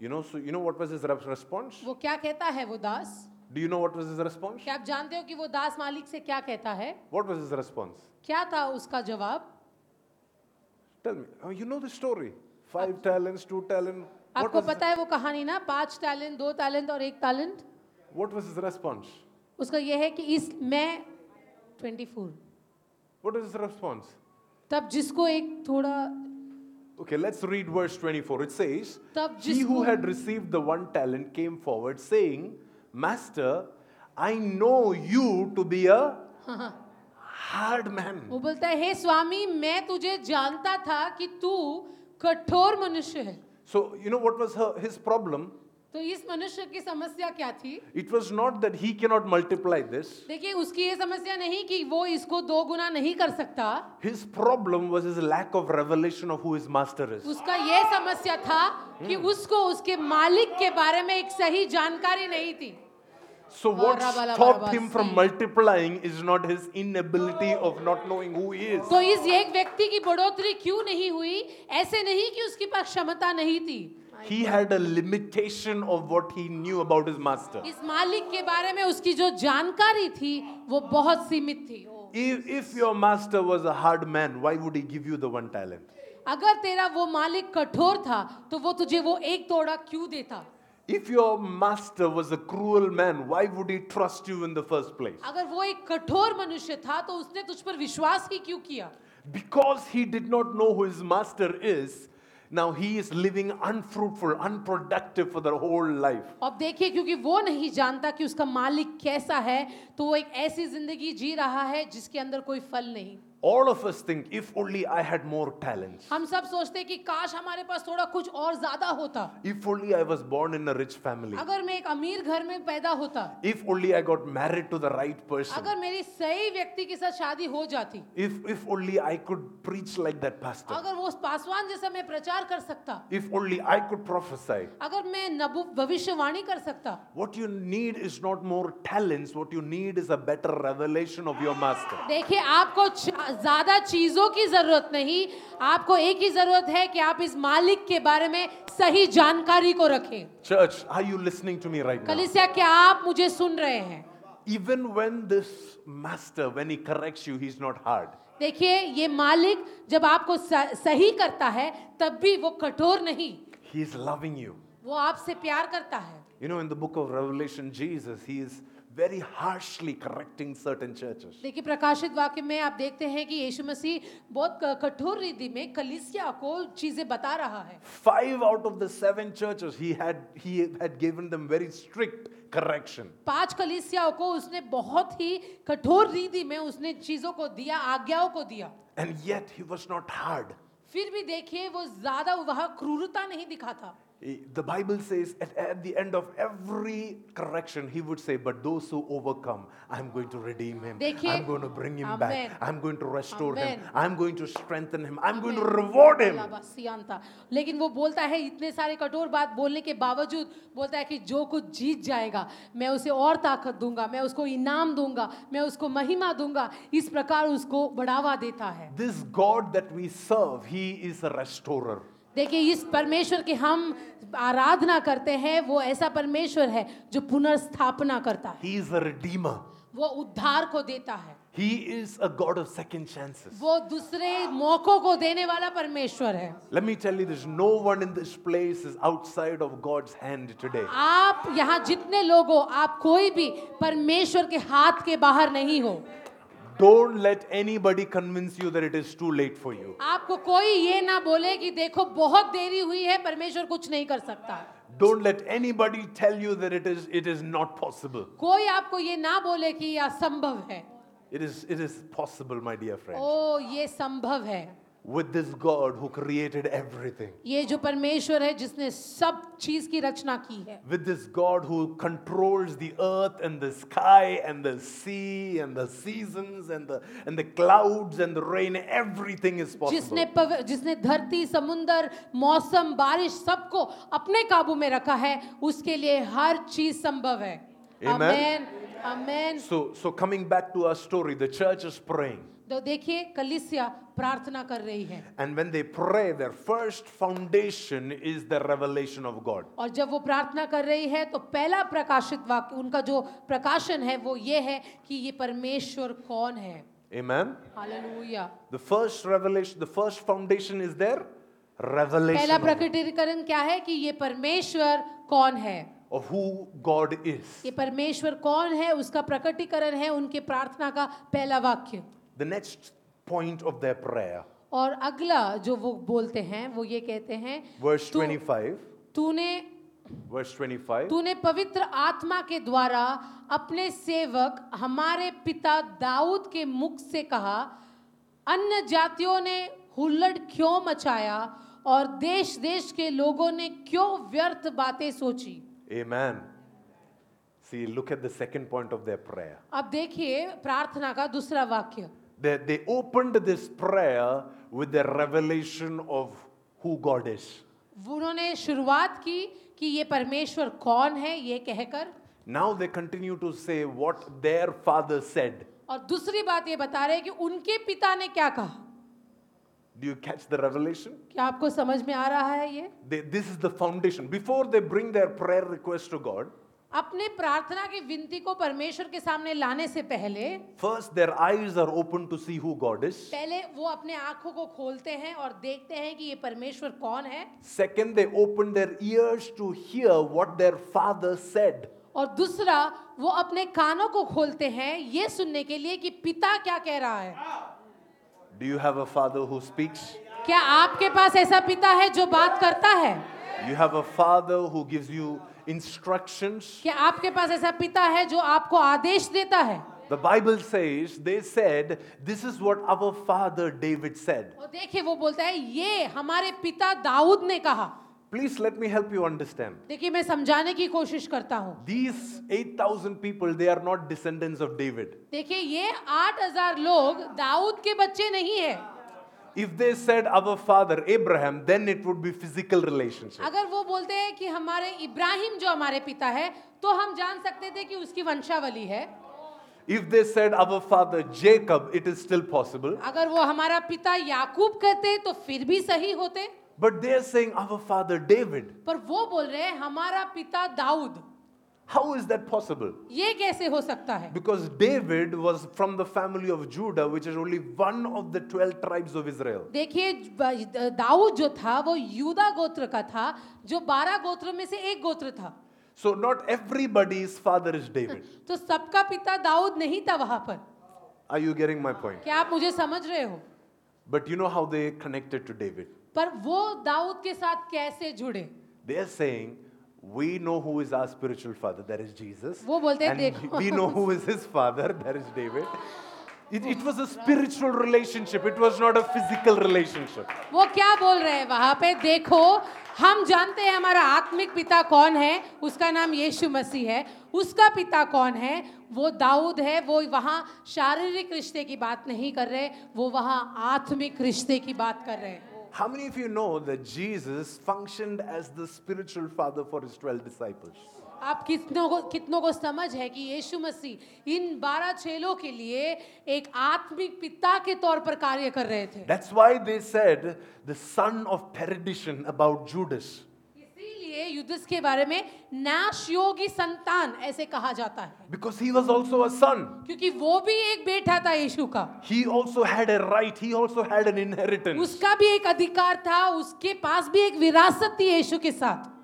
You know, so you know what was his re- response?
वो क्या कहता है वो दास
Do you know what was his response?
क्या आप जानते हो कि वो दास मालिक से क्या कहता है
What was his response?
क्या था उसका जवाब
Tell me. Oh, you know the story. Five talents, two talents. What
आपको
was,
पता है वो कहानी ना पांच टैलेंट दो टैलेंट और एक talent
what was his response?
उसका यह है कि इस मैं 24
What was his response?
तब जिसको एक थोड़ा
Okay, let's read verse 24. It says,
तब
He who
जिसको-
had received the one talent came forward, saying, Master, I know you to be a
हाँ, हाँ,
hard man,
वो बोलता है हे स्वामी मैं तुझे जानता था कि तू कठोर मनुष्य है
So, you know what was her, his problem?
तो इस मनुष्य की समस्या क्या थी
It was not that he cannot multiply this.
देखिए उसकी ये समस्या नहीं कि वो इसको दो गुना नहीं कर सकता
His problem was his lack of revelation of who his master is.
उसका ये समस्या था कि उसको उसके मालिक के बारे में एक सही जानकारी नहीं थी
So, what
Bara, bara,
stopped
bara,
him
bara,
from
see.
multiplying is not his inability of not knowing who he is.
तो इस एक व्यक्ति की बढ़ोतरी क्यों नहीं हुई ऐसे नहीं कि उसके पास क्षमता नहीं थी
He had a limitation of what he knew about his master.
इस मालिक के बारे में उसकी जो जानकारी थी वो बहुत सीमित थी ओ,
If, if your master was a hard man, why would he give you the one talent?
अगर तेरा वो मालिक कठोर था तो वो तुझे वो एक तोड़ा क्यों देता
If your master was a cruel man, why would he trust you in the first place?
अगर वो एक कठोर मनुष्य था तो उसने तुझ पर विश्वास ही क्यों किया
Because he did not know who his master is, now he is living unfruitful, unproductive for their whole life.
अब देखिए क्योंकि वो नहीं जानता कि उसका मालिक कैसा है तो वो एक ऐसी जिंदगी जी रहा है जिसके अंदर कोई फल नहीं
All of us think, if only I had more talents,
हम सब सोचते हैं कि काश हमारे पास थोड़ा कुछ और ज्यादा होता
if only I was born in a rich family,
अगर मैं एक अमीर घर में पैदा होता
if only I got married to the right person,
अगर मेरी सही व्यक्ति के साथ शादी हो जाती
if, if only I could preach like that pastor,
अगर वो उस पासवान जैसा मैं प्रचार कर सकता
if only I could prophesy.
अगर मैं नबु भविष्यवाणी कर सकता
What you need is not more talents, what you need is a better revelation of your master.
देखिए आपको च- ज्यादा चीजों की जरूरत नहीं आपको एक ही जरूरत है कि आप इस मालिक के बारे में सही जानकारी को रखें
Church, are you listening to me right now?
कलिसिया क्या आप मुझे सुन रहे हैं
Even when this master, when he corrects you, he's not hard.
देखिए ये मालिक जब आपको स- सही करता है तब भी वो कठोर नहीं
He's loving you.
वो आपसे प्यार करता है
You know, in the book of Revelation, Jesus, he is very harshly correcting certain churches.
देखिए प्रकाशित वाक्य में आप देखते हैं कि यीशु मसीह बहुत क- कठोर रीति में कलिसिया को चीजें बता रहा है
Five out of the seven churches, he had, he had given them very strict correction.
पांच कलिसियाओं को उसने बहुत ही कठोर रीति में उसने चीजों को दिया आज्ञाओं को दिया
And yet, he was not hard.
फिर भी देखिए वो ज्यादा वह क्रूरता नहीं दिखाता
He- Eh, The Bible says at, at the end of every correction, he would say, But those who overcome, I'm going to redeem him.
देखिए-
I'm going to bring him
Amen.
back. I'm going to restore him.
Amen.
I'm going to strengthen him. I'm going to reward him.
लाबासियांता। लेकिन वो बोलता है इतने सारे कठोर बात बोलने के बावजूद बोलता है कि जो कुछ जीत जाएगा मैं उसे और ताकत दूंगा मैं उसको इनाम दूंगा मैं उसको महिमा दूंगा इस प्रकार उसको बढ़ावा देता है
This God that we serve, he is a restorer.
देखिए इस परमेश्वर की हम आराधना करते हैं वो ऐसा परमेश्वर है जो पुनर्स्थापना करता है
He is a redeemer.
वो उद्धार को देता है
He is a God of second chances.
वो दूसरे मौकों को देने वाला परमेश्वर है
Let me tell you this no one in this place is outside of God's hand today.
आप यहाँ जितने लोगों आप कोई भी परमेश्वर के हाथ के बाहर नहीं हो
Don't let anybody convince you that it is too late for you.
आपको कोई ये ना बोले कि देखो बहुत देरी हुई है परमेश्वर कुछ नहीं कर सकता
Don't let anybody tell you that it is, it is not possible.
कोई आपको ये ना बोले कि यह असंभव है
It is, it is possible, my dear friend.
ओ ये संभव है
With this God who created everything,
ये जो परमेश्वर है जिसने सब चीज की रचना की है
with this God who controls the earth and the sky and the sea and the seasons and the, and the clouds and the rain, everything is
जिसने
possible.
पव- जिसने धरती समुंदर मौसम बारिश सबको अपने काबू में रखा है उसके लिए हर चीज संभव है
Amen.
आमेन आमेन
So, so coming back to our story, the church is praying.
तो देखिए कलिसिया प्रार्थना कर रही है
And when they pray, their first foundation is the revelation of God.
और जब वो प्रार्थना कर रही है तो पहला प्रकाशित वाक्य उनका जो प्रकाशन है वो ये है कि ये परमेश्वर कौन है
Amen.
हालेलुया
The first revelation, the first foundation is there. Revelation
पहला
of-
प्रकटीकरण क्या है कि ये परमेश्वर कौन है
of who God is.
ये परमेश्वर कौन है उसका प्रकटीकरण है उनके प्रार्थना का पहला वाक्य
The next point of their prayer,
और अगला जो वो बोलते हैं वो ये कहते हैं
verse
तू-
25.
तूने
Verse 25.
तूने पवित्र आत्मा के द्वारा अपने सेवक हमारे पिता दाऊद के मुख से कहा अन्य जातियों ने हुल्लड़ क्यों मचाया और देश देश के लोगों ने क्यों व्यर्थ बातें सोची
Amen. See, look at the second point of their prayer.
अब देखिए प्रार्थना का दूसरा वाक्य
They, they opened this prayer with the revelation of who God is.
उन्होंने शुरुआत की कि ये परमेश्वर कौन है ये कहकर
Now they continue to say what their father said.
और दूसरी बात ये बता रहे हैं कि उनके पिता ने क्या कहा
Do you catch the revelation?
क्या आपको समझ में आ रहा है ये
They, this is the foundation. Before they bring their prayer request to God,
अपने प्रार्थना की विनती को परमेश्वर के सामने लाने से पहले
first their eyes are open to see who God is.
पहले वो अपने आंखों को खोलते हैं और देखते हैं कि ये परमेश्वर कौन है
Second, they open their ears to hear what their father said.
और दूसरा वो अपने कानों को खोलते हैं ये सुनने के लिए कि पिता क्या कह रहा है
Do you have a father who speaks?
क्या आपके पास ऐसा पिता है जो बात करता है
You have a father who gives you instructions.
क्या आपके पास ऐसा पिता है जो आपको आदेश देता है
The Bible says, they said, this is what our father David said.
और देखिए वो बोलता है ये हमारे पिता दाऊद ने कहा
Please let me help you understand.
देखिए मैं समझाने की कोशिश करता हूँ
These 8,000 people, they are not descendants of David.
देखिए ये आठ हजार लोग दाऊद के बच्चे नहीं है
If they said our father Abraham, then it would be physical relationship.
अगर वो बोलते हैं कि हमारे इब्राहिम जो हमारे पिता है तो हम जान सकते थे कि उसकी वंशावली है
If they said our father Jacob, it is still possible.
अगर वो हमारा पिता याकूब कहते तो फिर भी सही होते
But they are saying our father David.
पर वो बोल रहे हैं हमारा पिता Dawood
How is that possible?
ये कैसे हो सकता है
Because David was from the family of Judah, which is only one of the 12 tribes of Israel.
देखिए ब- दाऊद जो था वो यूदा गोत्र का था जो बारह गोत्र में से एक गोत्र था
So not everybody's father is David.
तो सबका पिता दाऊद नहीं था वहां पर
Are you getting my point?
क्या आप मुझे समझ रहे हो
But you know how they connected to David?
पर वो दाऊद के साथ कैसे जुड़े
They are saying, we know who is our spiritual father, that is Jesus.
वो बोलते हैं,
and
"देखो."
we know who is his father, that is David. It, it was a spiritual relationship, it was not a physical relationship.
वो क्या बोल रहे हैं वहां पे देखो हम जानते हैं हमारा आत्मिक पिता कौन है उसका नाम यीशु मसीह है उसका पिता कौन है वो दाऊद है वो वहाँ शारीरिक रिश्ते की बात नहीं कर रहे वो वहाँ आत्मिक रिश्ते की बात कर रहे हैं
How many of you know that Jesus functioned as the spiritual father for his 12 disciples?
आप कितनों को कितनों को समझ है कि यीशु मसीह इन बारह चेलों के लिए एक आत्मिक पिता के तौर पर कार्य कर रहे थे
That's why they said the son of perdition about Judas.
इसीलिए युद्धस के बारे में नाश योगी संतान ऐसे कहा जाता है
Because he was also a son.
क्योंकि वो भी एक बेटा था यीशु का
He also had a right, he also had an inheritance.
उसका भी एक अधिकार था उसके पास भी एक विरासत थी यीशु के साथ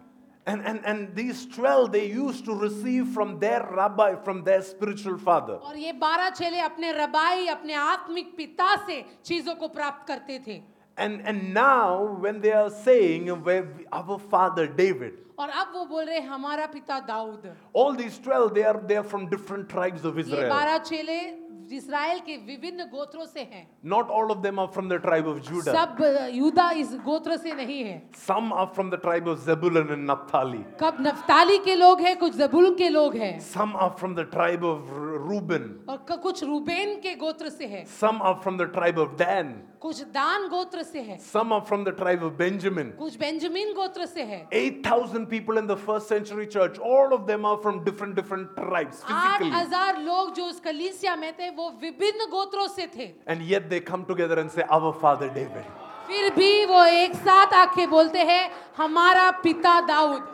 And, and, and these 12, they used to receive from their rabbi, from their spiritual father.
और ये बारह चेले अपने रबाई अपने आत्मिक पिता से चीजों को प्राप्त करते थे
And, and now, when they are saying, "Where our father David,
और अब वो बोल रहे हमारा पिता Dawood
all these 12, they are, they are from different tribes of
ये
Israel.
बारह चेले इसराइल के विभिन्न गोत्रों से हैं
Not all of them are from the tribe of Judah.
सब युदा इस गोत्र से नहीं है
Some are from the tribe of Zebulun and Naphtali.
कब नफ्ताली के लोग हैं कुछ जबूल के लोग हैं
Some are from the tribe of Re- Reuben.
और क- कुछ रूबेन के गोत्र से है
Some are from the tribe of Dan.
कुछ दान गोत्र से है
Some are from the tribe of Benjamin.
कुछ बेंजामिन गोत्र से है
8,000 people in the first century church, all of them are from different, different tribes
आठ
physically.
हजार लोग जो उस कलीसिया में थे वो विभिन्न गोत्रों से थे
And yet they come together and say, Our father David.
फिर भी वो एक साथ आके बोलते हैं हमारा पिता Dawood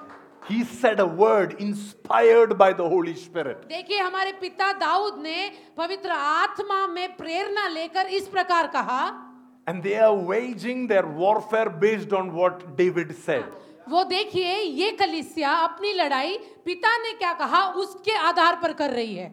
He said a word inspired by the Holy Spirit.
देखिए हमारे पिता दाऊद ने पवित्र आत्मा में प्रेरणा लेकर इस प्रकार कहा
And they are waging their warfare based on what David said.
वो देखिए ये कलीसिया अपनी लड़ाई पिता ने क्या कहा उसके आधार पर कर रही है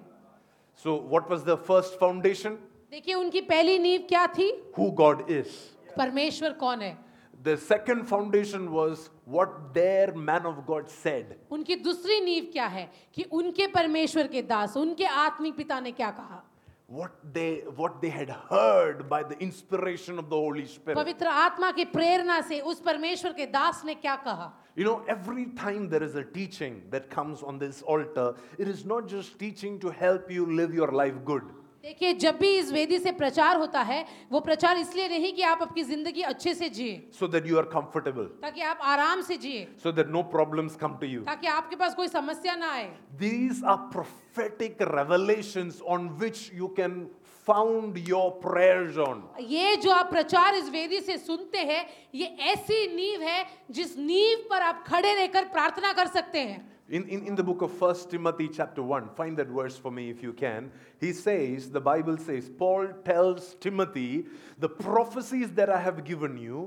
So, what was the first foundation?
देखिए उनकी पहली नींव क्या थी
Who God is.
परमेश्वर कौन है
The second foundation was what their man of God said.
उनकी दूसरी नींव क्या है कि उनके परमेश्वर के दास उनके आत्मिक पिता ने क्या कहा
What they what they had heard by the inspiration of the Holy Spirit.
पवित्र आत्मा की प्रेरणा से उस परमेश्वर के दास ने क्या कहा
You know, every time there is a teaching that comes on this altar, it is not just teaching to help you live your life good.
देखिए जब भी इस वेदी से प्रचार होता है वो प्रचार इसलिए नहीं कि आप आपकी जिंदगी अच्छे से जिए
so that you are comfortable,
ताकि आप आराम से जिए
so that no problems come to you.
ताकि आपके पास कोई समस्या ना आए
These are prophetic revelations on which you can found your prayers on.
ये जो आप प्रचार इस वेदी से सुनते हैं ये ऐसी नींव है जिस नींव पर आप खड़े रहकर प्रार्थना कर सकते हैं
In, in, in the book of 1 Timothy, chapter 1, find that verse for me if you can. He says, the Bible says, Paul tells Timothy, the prophecies that I have given you,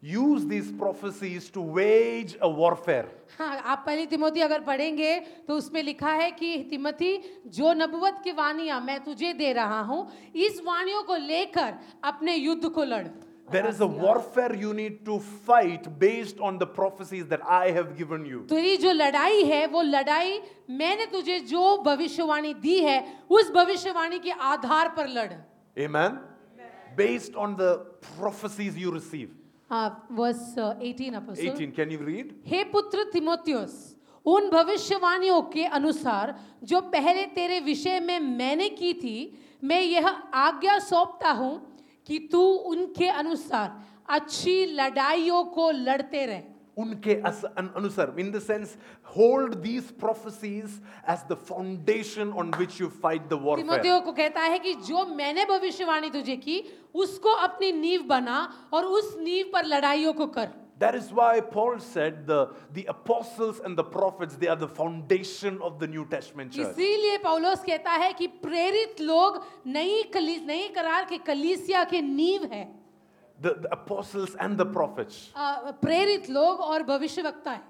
use these prophecies to wage a warfare.
हाँ आप पहली तिमोथी अगर पढ़ेंगे तो उसमें लिखा है कि तिमोथी जो नबुवत की वाणियां मैं तुझे दे रहा हूँ इस वाणियों को लेकर अपने युद्ध को लड़
There is a warfare you need to fight based on the prophecies that I have given you.
तेरी जो लड़ाई है वो लड़ाई मैंने तुझे जो भविष्यवाणी दी है उस भविष्यवाणी के आधार पर लड़
Amen? Based on the prophecies you receive.
Verse 18 apostle
18, can you read?
हे पुत्र तिमोथियस उन भविष्यवाणियों के अनुसार जो पहले तेरे विषय में मैंने की थी मैं यह आज्ञा सौंपता हूँ कि तू उनके अनुसार अच्छी लड़ाइयों को लड़ते रह
Unke as an anusar, in the sense, hold these prophecies as the foundation on which you fight the warfare.
तिमोथियो को कहता है कि जो मैंने भविष्यवाणी तुझे की उसको अपनी नींव बना और उस नींव पर लड़ाइयों को कर
That is why Paul said the, the apostles and the prophets, they are the foundation of the New Testament church.
इसीलिए पौलुस कहता है कि प्रेरित लोग नई कली नई करार के कलीसिया के नींव है
The, the apostles and the prophets.
अ, प्रेरित लोग और भविष्यवक्ता है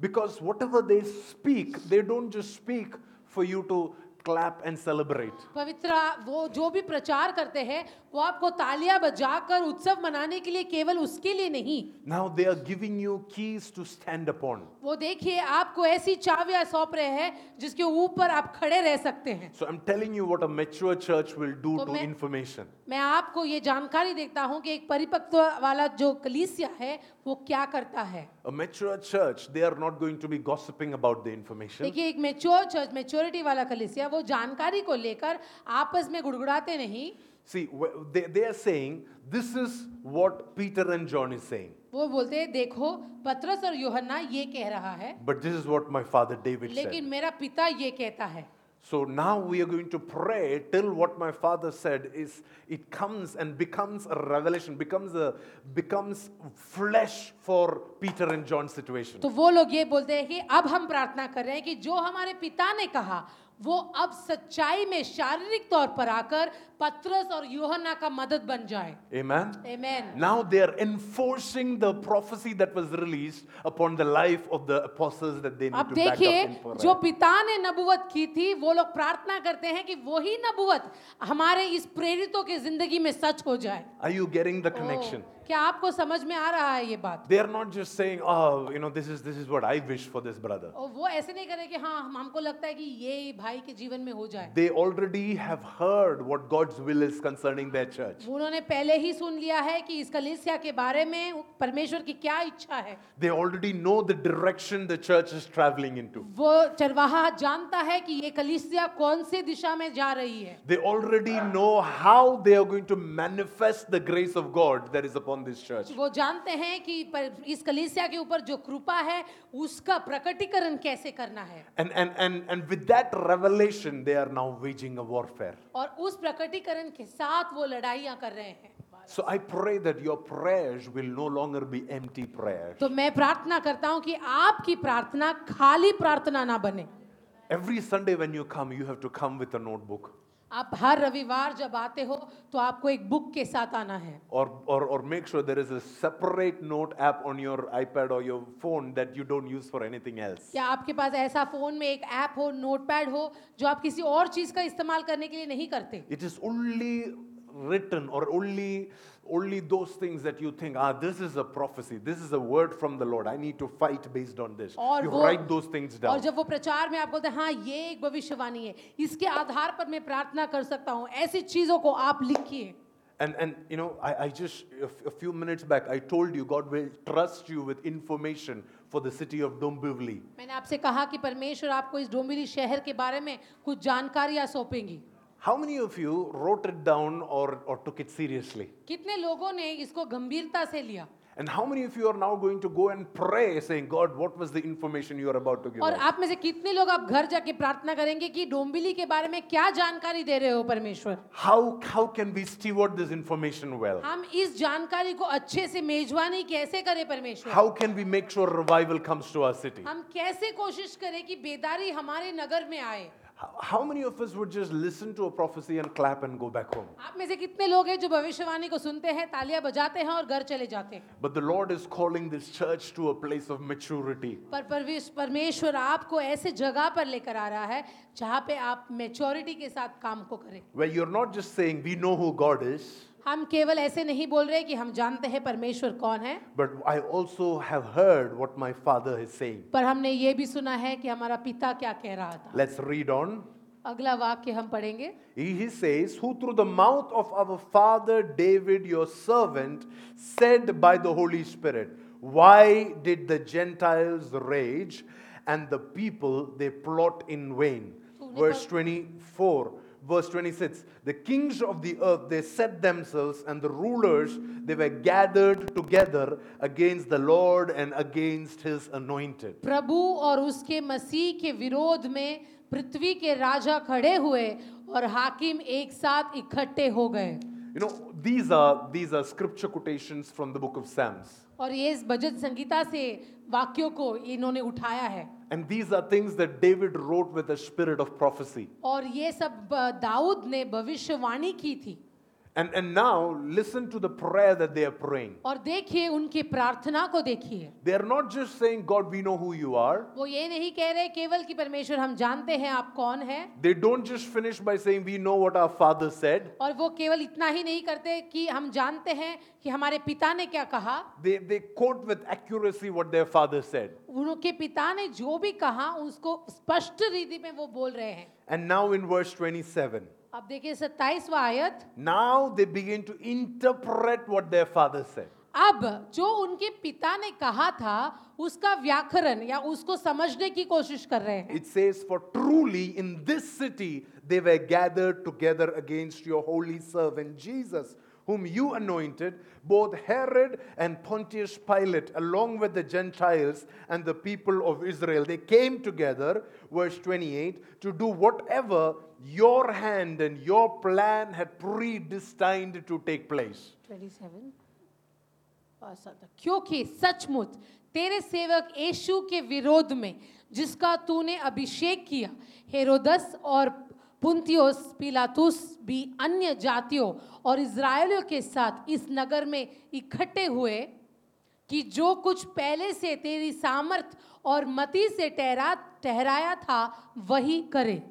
Because whatever they speak, they don't just speak for you to clap and celebrate.
पवित्र वो जो भी प्रचार करते हैं वो आपको तालियां बजाकर उत्सव मनाने के लिए केवल उसके लिए नहीं
Now they are giving you keys to stand upon.
वो देखिए आपको ऐसी चाबियां सौंप रहे हैं जिसके ऊपर आप खड़े रह सकते हैं
So I'm telling you what a mature church will do
तो
to
मैं-
information.
मैं आपको ये जानकारी देता हूँ कि एक परिपक्व वाला जो कलीसिया है वो क्या करता है
A mature church, they are not going to be gossiping about the information.
देखिए एक मेच्योर चर्च मेच्योरिटी वाला कलीसिया वो जानकारी को लेकर आपस में गुड़गुड़ाते नहीं
See, wh- they, they are saying, this is what Peter and John is saying.
वो बोलते हैं देखो पत्रस और योहन्ना ये कह रहा है
But this is what my father David said.
लेकिन मेरा पिता ये कहता है
So now we are going to pray till what my father said is it comes and becomes a revelation, becomes a becomes flesh for Peter and John's situation.
तो वो लोग ये बोलते हैं कि अब हम प्रार्थना कर रहे हैं कि जो हमारे पिता ने कहा वो अब सच्चाई में शारीरिक तौर पर आकर पत्रस और योहन्ना का मदद बन जाए
Amen.
Amen.
Now they are enforcing the prophecy that was released upon the life of the apostles that they need
अब
to back up
देखिए
in prayer.
जो पिता ने नबुवत की थी वो लोग प्रार्थना करते हैं कि वही नबुवत हमारे इस प्रेरितों की जिंदगी में सच हो जाए
Are you getting the connection?
ओह, क्या आपको समझ में आ रहा है ये बात
They are not just saying, "Oh, you know, this is this is what I wish for this brother."
और वो ऐसे नहीं करे कि हाँ हम हमको लगता है कि ये भाई के जीवन में हो जाए
They already have heard what God's will is concerning their church.
उन्होंने पहले ही सुन लिया है कि इस कलीसिया के बारे में परमेश्वर की क्या इच्छा है
They already know the direction the church is traveling into.
वो चरवाहा जानता है कि ये कलीसिया कौन से दिशा में जा रही है
They already know how they are going to manifest the grace of God that is upon this church.
वो जानते हैं कि पर इस कलीसिया के ऊपर जो कृपा है उसका प्रकटीकरण कैसे करना है
And, and, and, and with that revelation, they are now waging a warfare.
और उस प्रकटीकरण के साथ वो लड़ाइयाँ कर रहे हैं
So I pray that your prayers will no longer be empty prayers.
तो मैं प्रार्थना करता हूँ कि आपकी प्रार्थना खाली प्रार्थना ना बने
Every Sunday when you come, you have to come with a notebook.
आप हर रविवार जब आते हो तो आपको एक बुक के साथ आना है
Or, or, or make sure there is a separate note app on your iPad or your phone that you don't use for anything else.
क्या आपके पास ऐसा फोन में एक ऐप हो नोटपैड हो जो आप किसी और चीज का इस्तेमाल करने के लिए नहीं करते
It is only written or only only those things that you think ah this is a prophecy this is a word from the lord i need to fight based on this
और
you
वो-
write those things down
और जब वो प्रचार में आप बोलते हैं हाँ ये एक भविष्यवाणी है इसके आधार पर मैं प्रार्थना कर सकता हूँ ऐसी चीजों को आप लिखिए
And, and you know, I, I just, a f- a few minutes back, I told you God will trust you with information for the city of Dombivli.
मैंने आपसे कहा कि परमेश्वर आपको इस डोंबिवली शहर के बारे में कुछ जानकारियां सौंपेंगी
How many of you wrote it down or, or took it seriously?
कितने लोगों ने इसको गंभीरता से लिया
And how many of you are now going to go and pray saying, God, what was the information you are about to give
और
us?
आप में से कितने लोग आप घर जाके प्रार्थना करेंगे कि डोंबिली के बारे में क्या जानकारी दे रहे हो परमेश्वर
How, how can we steward this information well?
हम इस जानकारी को अच्छे से मेजबानी कैसे करें परमेश्वर
How can we make sure revival comes to our city?
हम कैसे कोशिश करें कि बेदारी हमारे नगर में आए
How- How many of us would just listen to a prophecy and clap and go back home?
आप में से कितने लोग हैं जो भविष्यवाणी को सुनते हैं तालियां बजाते हैं और घर चले जाते हैं
But the Lord is calling this church to a place of maturity.
पर परवेश परमेश्वर आपको ऐसे जगह पर लेकर आ रहा है जहाँ पे आप मेच्योरिटी के साथ काम को करें
Where you're not just saying, we know who God is,
हम केवल ऐसे नहीं बोल रहे कि हम जानते हैं परमेश्वर कौन है
but I also have heard what my Father is saying.
पर हमने ये भी सुना है कि हमारा पिता क्या कह रहा था
Let's read on.
अगला वाक्य हम पढ़ेंगे
He he says, Who through the mouth of our father David, your servant, said by the Holy Spirit, Why did the Gentiles rage and the people they plot in vain? Verse 24, verse 26 The kings of the earth they set themselves, and the rulers they were gathered together against the Lord and against his anointed.
प्रभु और उसके मसीह के विरोध में पृथ्वी के राजा खड़े हुए और हाकिम एक साथ इकट्ठे हो गए
You know, these are, these are scripture quotations from the book of Psalms.
और ये इस भजन संगीता से वाक्यों को इन्होंने उठाया है
And these are things that David wrote with a spirit of prophecy.
और ये सब ब- दाऊद ने भविष्यवाणी की थी
And, and now, listen to the prayer that they are praying.
और देखिए उनकी प्रार्थना को देखिए
They are not just saying, God, we know who you are.
वो ये नहीं कह रहे केवल कि परमेश्वर हम जानते हैं आप कौन हैं
They don't just finish by saying, We know what our father said.
और वो केवल इतना ही नहीं करते कि हम जानते हैं कि हमारे पिता ने क्या कहा
They, they quote with accuracy what their father said.
उनके पिता ने जो भी कहा उसको स्पष्ट रीति में वो बोल रहे हैं
And now, in verse 27,
अब देखिए 27वां आयत
now they begin to interpret what their father said.
अब जो उनके पिता ने कहा था उसका व्याकरण या उसको समझने की कोशिश कर रहे हैं
It says, For truly in this city they were gathered together against your holy servant Jesus, whom you anointed, both Herod and Pontius Pilate, along with the Gentiles and the people of Israel. They came together, verse 28, to do whatever your hand and your plan had predestined to take place.
27 ऐसा था, क्योंकि सचमुच तेरे सेवक यीशु के विरोध में जिसका तूने अभिषेक किया हेरोदस और पुंतियोस पिलातुस भी अन्य जातियों और इजरायलियों के साथ इस नगर में इकट्ठे हुए कि जो कुछ पहले से तेरी सामर्थ और मति से ठहरा ठहराया था वही करे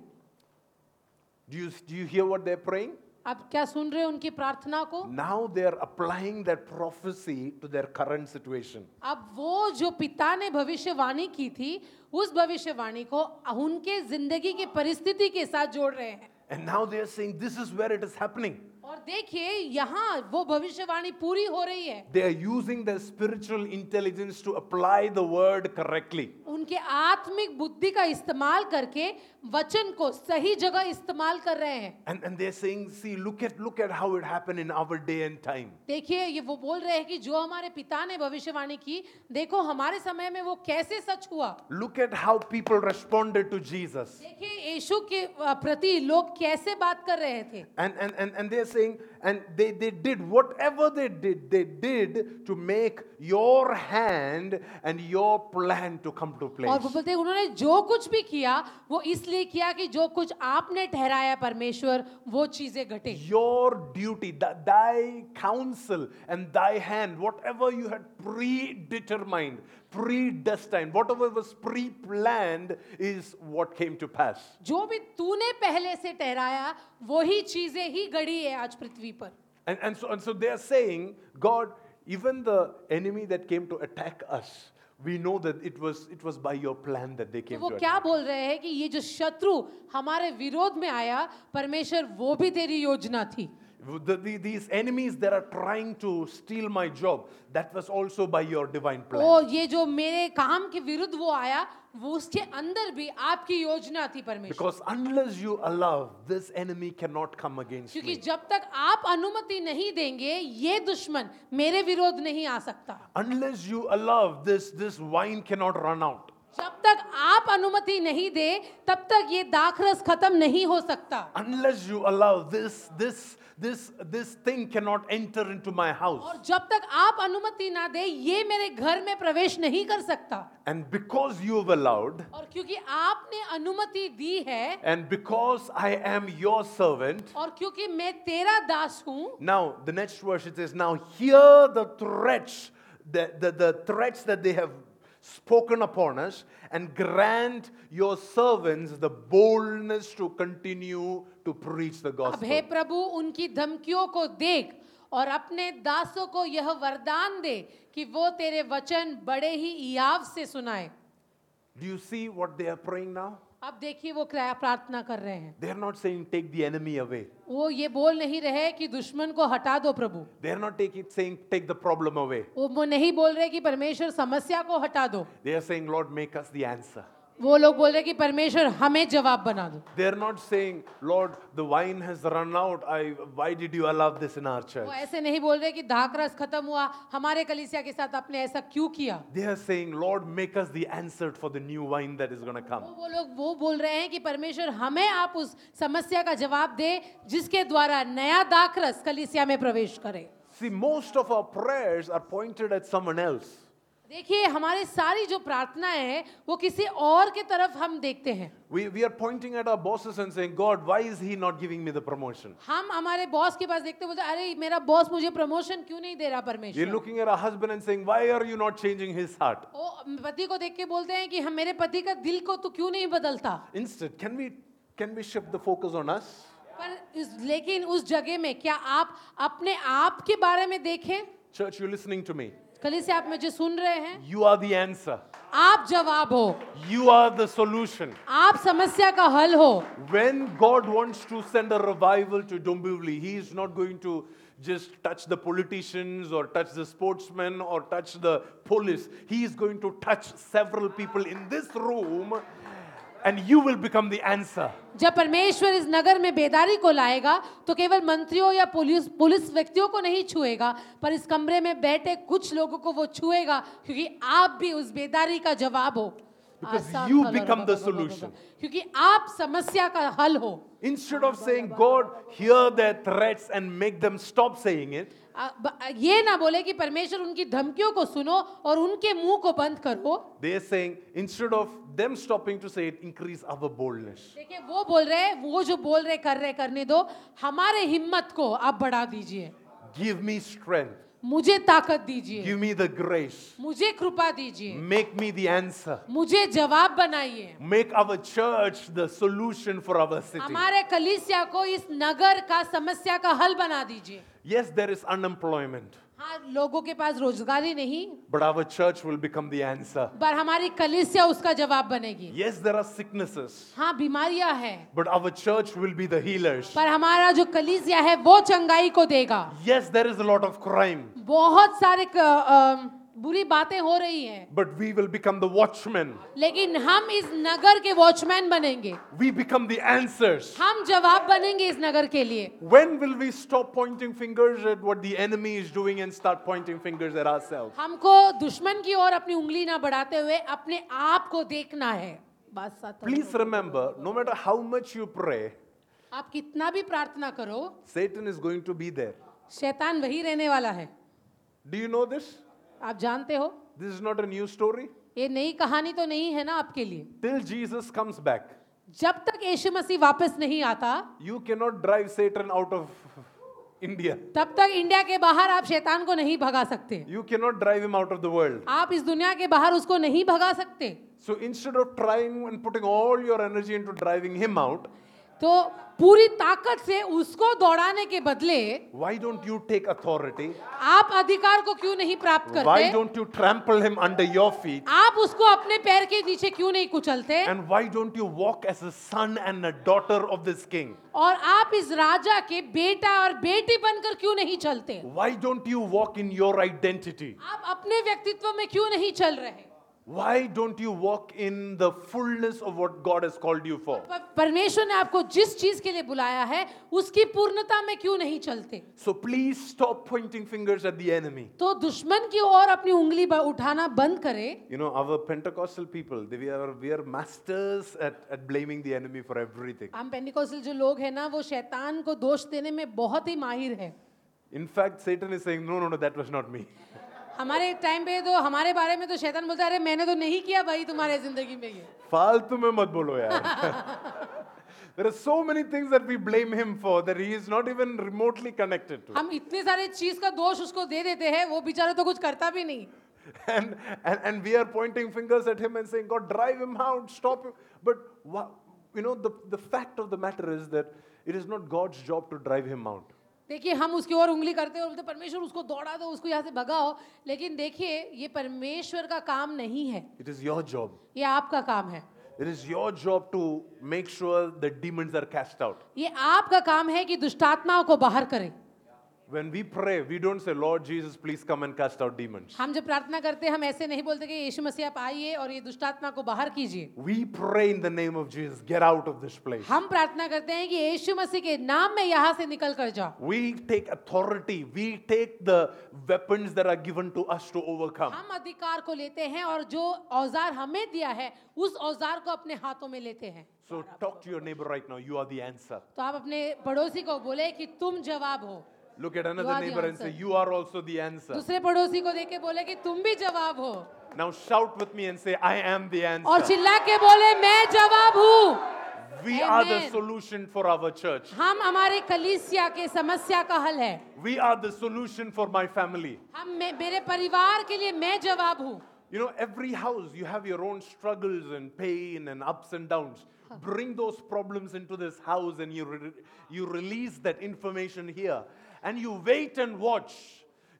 Do you, do you hear what they're praying?
आप क्या सुन रहे हो उनकी प्रार्थना को
Now they're applying that prophecy to their current situation.
अब वो जो पिता ने भविष्यवाणी की थी उस भविष्यवाणी को उनके जिंदगी की परिस्थिति के साथ जोड़ रहे हैं
And now they are saying, This is where it is happening.
और देखिए यहाँ वो भविष्यवाणी पूरी हो रही है
They are using their spiritual intelligence to apply the word correctly.
उनके आत्मिक बुद्धि का इस्तेमाल करके वचन को सही जगह इस्तेमाल कर रहे हैं
And, and they're saying, See, look at, look at how it happened in our day and time.
देखिए ये वो बोल रहे हैं कि जो हमारे पिता ने भविष्यवाणी की देखो हमारे समय में वो कैसे सच हुआ
Look at how people responded to Jesus.
देखिए यीशु के अ, प्रति लोग कैसे बात कर रहे थे
And, and, and, and they're saying, and they, they did whatever they did, they did to make your hand and your plan to come to
और
place.
वो बोलते हैं, उन्होंने जो कुछ भी किया वो इसलिए किया कि जो कुछ आपने ठहराया परमेश्वर वो चीजें घटे
Your duty, th- thy counsel and thy hand, whatever you had predetermined, predestined, whatever was pre planned, is what came to pass.
जो भी तूने पहले से ठहराया वही चीजें ही घड़ी है आज पृथ्वी पर तो
And, and, so, and so they are saying, God, even the enemy that came to attack us, we know that it was, it was by your plan that they
तो
came
वो
to attack.
क्या बोल रहे हैं कि ये जो शत्रु हमारे विरोध में आया परमेश्वर वो भी तेरी योजना थी
The- the- these enemies that are trying to steal my job, that was also by your divine plan.
ओ ये जो मेरे काम के विरुद्ध वो आया वो उसके अंदर भी आपकी योजना थी परमेश्वर
Because unless you allow, this enemy cannot come against
क्योंकि
me.
जब तक आप अनुमति नहीं देंगे ये दुश्मन मेरे विरोध नहीं आ सकता
Unless you allow, this, this wine cannot run out.
जब तक आप अनुमति नहीं दे तब तक ये दाखरस खत्म नहीं हो सकता
Unless you allow, this, this, this, this thing cannot enter into my house.
और जब तक आप अनुमति ना दे ये मेरे घर में प्रवेश नहीं कर सकता
And because you've allowed,
और क्योंकि आपने अनुमति दी है
and because I am your servant,
और क्योंकि मैं तेरा दास हूँ
Now, the next verse it says, Now hear the threats, the, the, the threats that they have spoken upon us, and grant your servants the boldness to continue to preach the
अब हे
gospel.
प्रभु उनकी धमकियों को देख और अपने दासों को यह वरदान दे कि वो तेरे वचन बड़े ही इयाव से सुनाए
Do you see what they are praying now?
अब देखिए वो क्या प्रार्थना कर रहे हैं
They are not saying, Take the enemy away.
वो ये बोल नहीं रहे कि दुश्मन को हटा दो प्रभु
They are not taking, saying, Take the problem away.
वो वो नहीं बोल रहे कि परमेश्वर समस्या को हटा दो
They are saying, Lord, make us the answer.
वो लोग बोल रहे कि परमेश्वर हमें जवाब बना दो
They are not saying, Lord, the wine has run out. I, why did you allow this in our church?
वो ऐसे नहीं बोल रहे कि धाकरस खत्म हुआ हमारे कलिसिया के साथ आपने ऐसा क्यों किया
They are saying, Lord, make us the answer for the new wine that is going to
वो
come.
वो लोग वो बोल रहे हैं कि परमेश्वर हमें आप उस समस्या का जवाब दे जिसके द्वारा नया दाखरस कलिसिया में प्रवेश करे
See, most of our prayers are pointed at someone else.
देखिए हमारे सारी जो प्रार्थनाएं हैं वो किसी और के तरफ हम देखते हैं
We, we are pointing at our bosses and saying, God, why is he not giving me the promotion?
हम हमारे बॉस के पास देखते हैं, बोलते हैं, अरे मेरा बॉस मुझे प्रमोशन क्यों नहीं दे रहा
We're
परमेश्वर
looking at our husband and saying, Why are you not changing his heart?
वो पति को देख के बोलते हैं कि हम मेरे पति का दिल को तू क्यों नहीं बदलता
Instead, can we, can we shift the focus on us?
पर इस लेकिन उस जगह में क्या आप अपने आप के बारे में देखें
Church, you're listening to me.
कलिसिया आप मुझे सुन रहे हैं
You are the answer,
आप जवाब हो
you are the solution.
आप समस्या का हल हो
When God wants to send a revival to Dombivli, He is not going to just touch the politicians or touch the sportsmen or touch the police. He is going to touch several people in this room, and you will become the answer.
जब परमेश्वर इस नगर में बेदारी को लाएगा तो केवल मंत्रियों या पुलिस पुलिस व्यक्तियों को नहीं छुएगा पर इस कमरे में बैठे कुछ लोगों को वो छुएगा क्योंकि आप भी उस बेदारी का जवाब हो
Because
आसान
you
हल और
become the
बा- बा- बा- बा- बा-
solution.
क्योंकि आप समस्या का हल हो
Instead of saying, God, hear their threats and make them stop saying it,
आ- ब- ये ना बोले कि परमेश्वर उनकी धमकियों को सुनो और उनके मुंह को बंद करो
they are saying, instead of them stopping to say it, increase our boldness.
देखिए वो बोल रहे हैं वो जो बोल रहे कर रहे करने दो हमारे हिम्मत को आप बढ़ा दीजिए
Give me strength,
मुझे ताकत दीजिए
give me the grace,
मुझे कृपा दीजिए
make me the answer.
मुझे जवाब बनाइए
Make our church the solution for our city.
हमारे कलीसिया को इस नगर का समस्या का हल बना दीजिए
Yes, there is unemployment,
हाँ लोगों के पास रोजगारी नहीं
but our church will become the answer.
पर हमारी कलीसिया उसका जवाब बनेगी
Yes, there are sicknesses,
हाँ बीमारियां हैं
but our church will be the healers.
पर हमारा जो कलीसिया है वो चंगाई को देगा
Yes, there is a lot of crime,
बहुत सारे क- अम, बुरी बातें हो रही हैं
but we will become the watchmen.
लेकिन हम इस नगर के वॉचमैन बनेंगे
We become the answers.
हम जवाब बनेंगे इस नगर के लिए
When will we stop pointing fingers at what the enemy is doing and start pointing fingers at ourselves?
हमको दुश्मन की ओर अपनी उंगली ना बढ़ाते हुए अपने आप को देखना है बात साथ में।
Please remember no matter how much you pray,
आप कितना भी प्रार्थना करो
Satan is going to be there.
शैतान वही रहने वाला है
Do you know this?
आप जानते हो
This is not a new story.
ये नई कहानी तो नहीं है ना आपके लिए
Till Jesus comes back,
जब तक यीशु मसीह वापस नहीं आता
you cannot drive Satan out of India.
तब तक इंडिया के बाहर आप शैतान को नहीं भगा सकते
You cannot drive him out of the world.
आप इस दुनिया के बाहर उसको नहीं भगा सकते
So instead of trying and putting all your energy into driving him out,
तो पूरी ताकत से उसको दौड़ाने के बदले
Why don't you take authority?
आप अधिकार को क्यों नहीं प्राप्त
Why
करते
don't you trample him under your feet?
आप उसको अपने पैर के नीचे क्यों नहीं कुचलते
And why don't you walk as a son and a daughter of this king?
और आप इस राजा के बेटा और बेटी बनकर क्यों नहीं चलते
Why don't you walk in your identity?
आप अपने व्यक्तित्व में क्यों नहीं चल रहे
Why don't you walk in the fullness of what God has called you for?
प- परमेश्वर ने आपको जिस चीज के लिए बुलाया है उसकी पूर्णता में क्यों नहीं चलते
So please stop pointing fingers at the enemy.
तो दुश्मन की ओर अपनी उंगली ब- उठाना बंद करें
You know, our Pentecostal people, they, we, are, we are masters at, at blaming the enemy for everything.
हम पेंटिकोसल जो लोग हैं ना वो शैतान को दोष देने में बहुत ही माहिर है
In fact, Satan is saying, No, no, no, that was not me.
हमारे टाइम पे तो हमारे बारे में तो शैतान बोलता है अरे मैंने तो नहीं किया भाई तुम्हारे जिंदगी में ये
फालतू में मत बोलो यार There are so many things that we blame him for that he is not even remotely connected to.
हम इतने सारे चीज का दोष उसको दे देते हैं वो बेचारा तो कुछ करता भी नहीं
And, and, and we are pointing fingers at him and saying, God, drive him out, stop him. But, wha- you know, the, the fact of the matter is that it is not God's job to drive him out.
देखिए हम उसकी ओर उंगली करते हैं और बोलते हैं, परमेश्वर उसको दौड़ा दो उसको यहाँ से भगाओ लेकिन देखिए ये परमेश्वर का काम नहीं है
It is your job.
ये आपका काम है
It is your job to make sure the demons are cast out.
ये आपका काम है कि दुष्टात्माओं को बाहर करें
When we pray, we don't say, Lord Jesus, please come and cast out demons.
हम जब प्रार्थना करते हैं हम ऐसे नहीं बोलते कि यीशु मसीह आप आइए और ये दुष्टात्मा को बाहर कीजिए
We pray in the name of Jesus, get out of this place.
हम प्रार्थना करते हैं कि यीशु मसीह के नाम में यहाँ से निकल कर जाओ
We take authority. We take the weapons that are given to us to overcome.
हम अधिकार को लेते हैं और जो औजार हमें दिया है उस औजार को अपने हाथों में लेते हैं
So talk to your neighbor right now. You are the answer.
तो आप अपने पड़ोसी को बोले कि तुम जवाब हो
Look at
You
another
are the
neighbor and say,
answer.
You are also the answer.
दूसरे पड़ोसी को देख के बोले कि तुम भी जवाब हो
Now shout with me and say, I am the
और
answer.
चिल्ला के बोले मैं जवाब हूँ
We are the
Amen.
solution for our church.
हम हमारे कलीसिया के समस्या का हल है
We are the solution for my family.
हम मे- मेरे परिवार के लिए मैं जवाब हूँ
You know, every house, you have your own struggles and pain and ups and downs. Bring those problems into this house and you, re- you release that information here. And you wait and watch.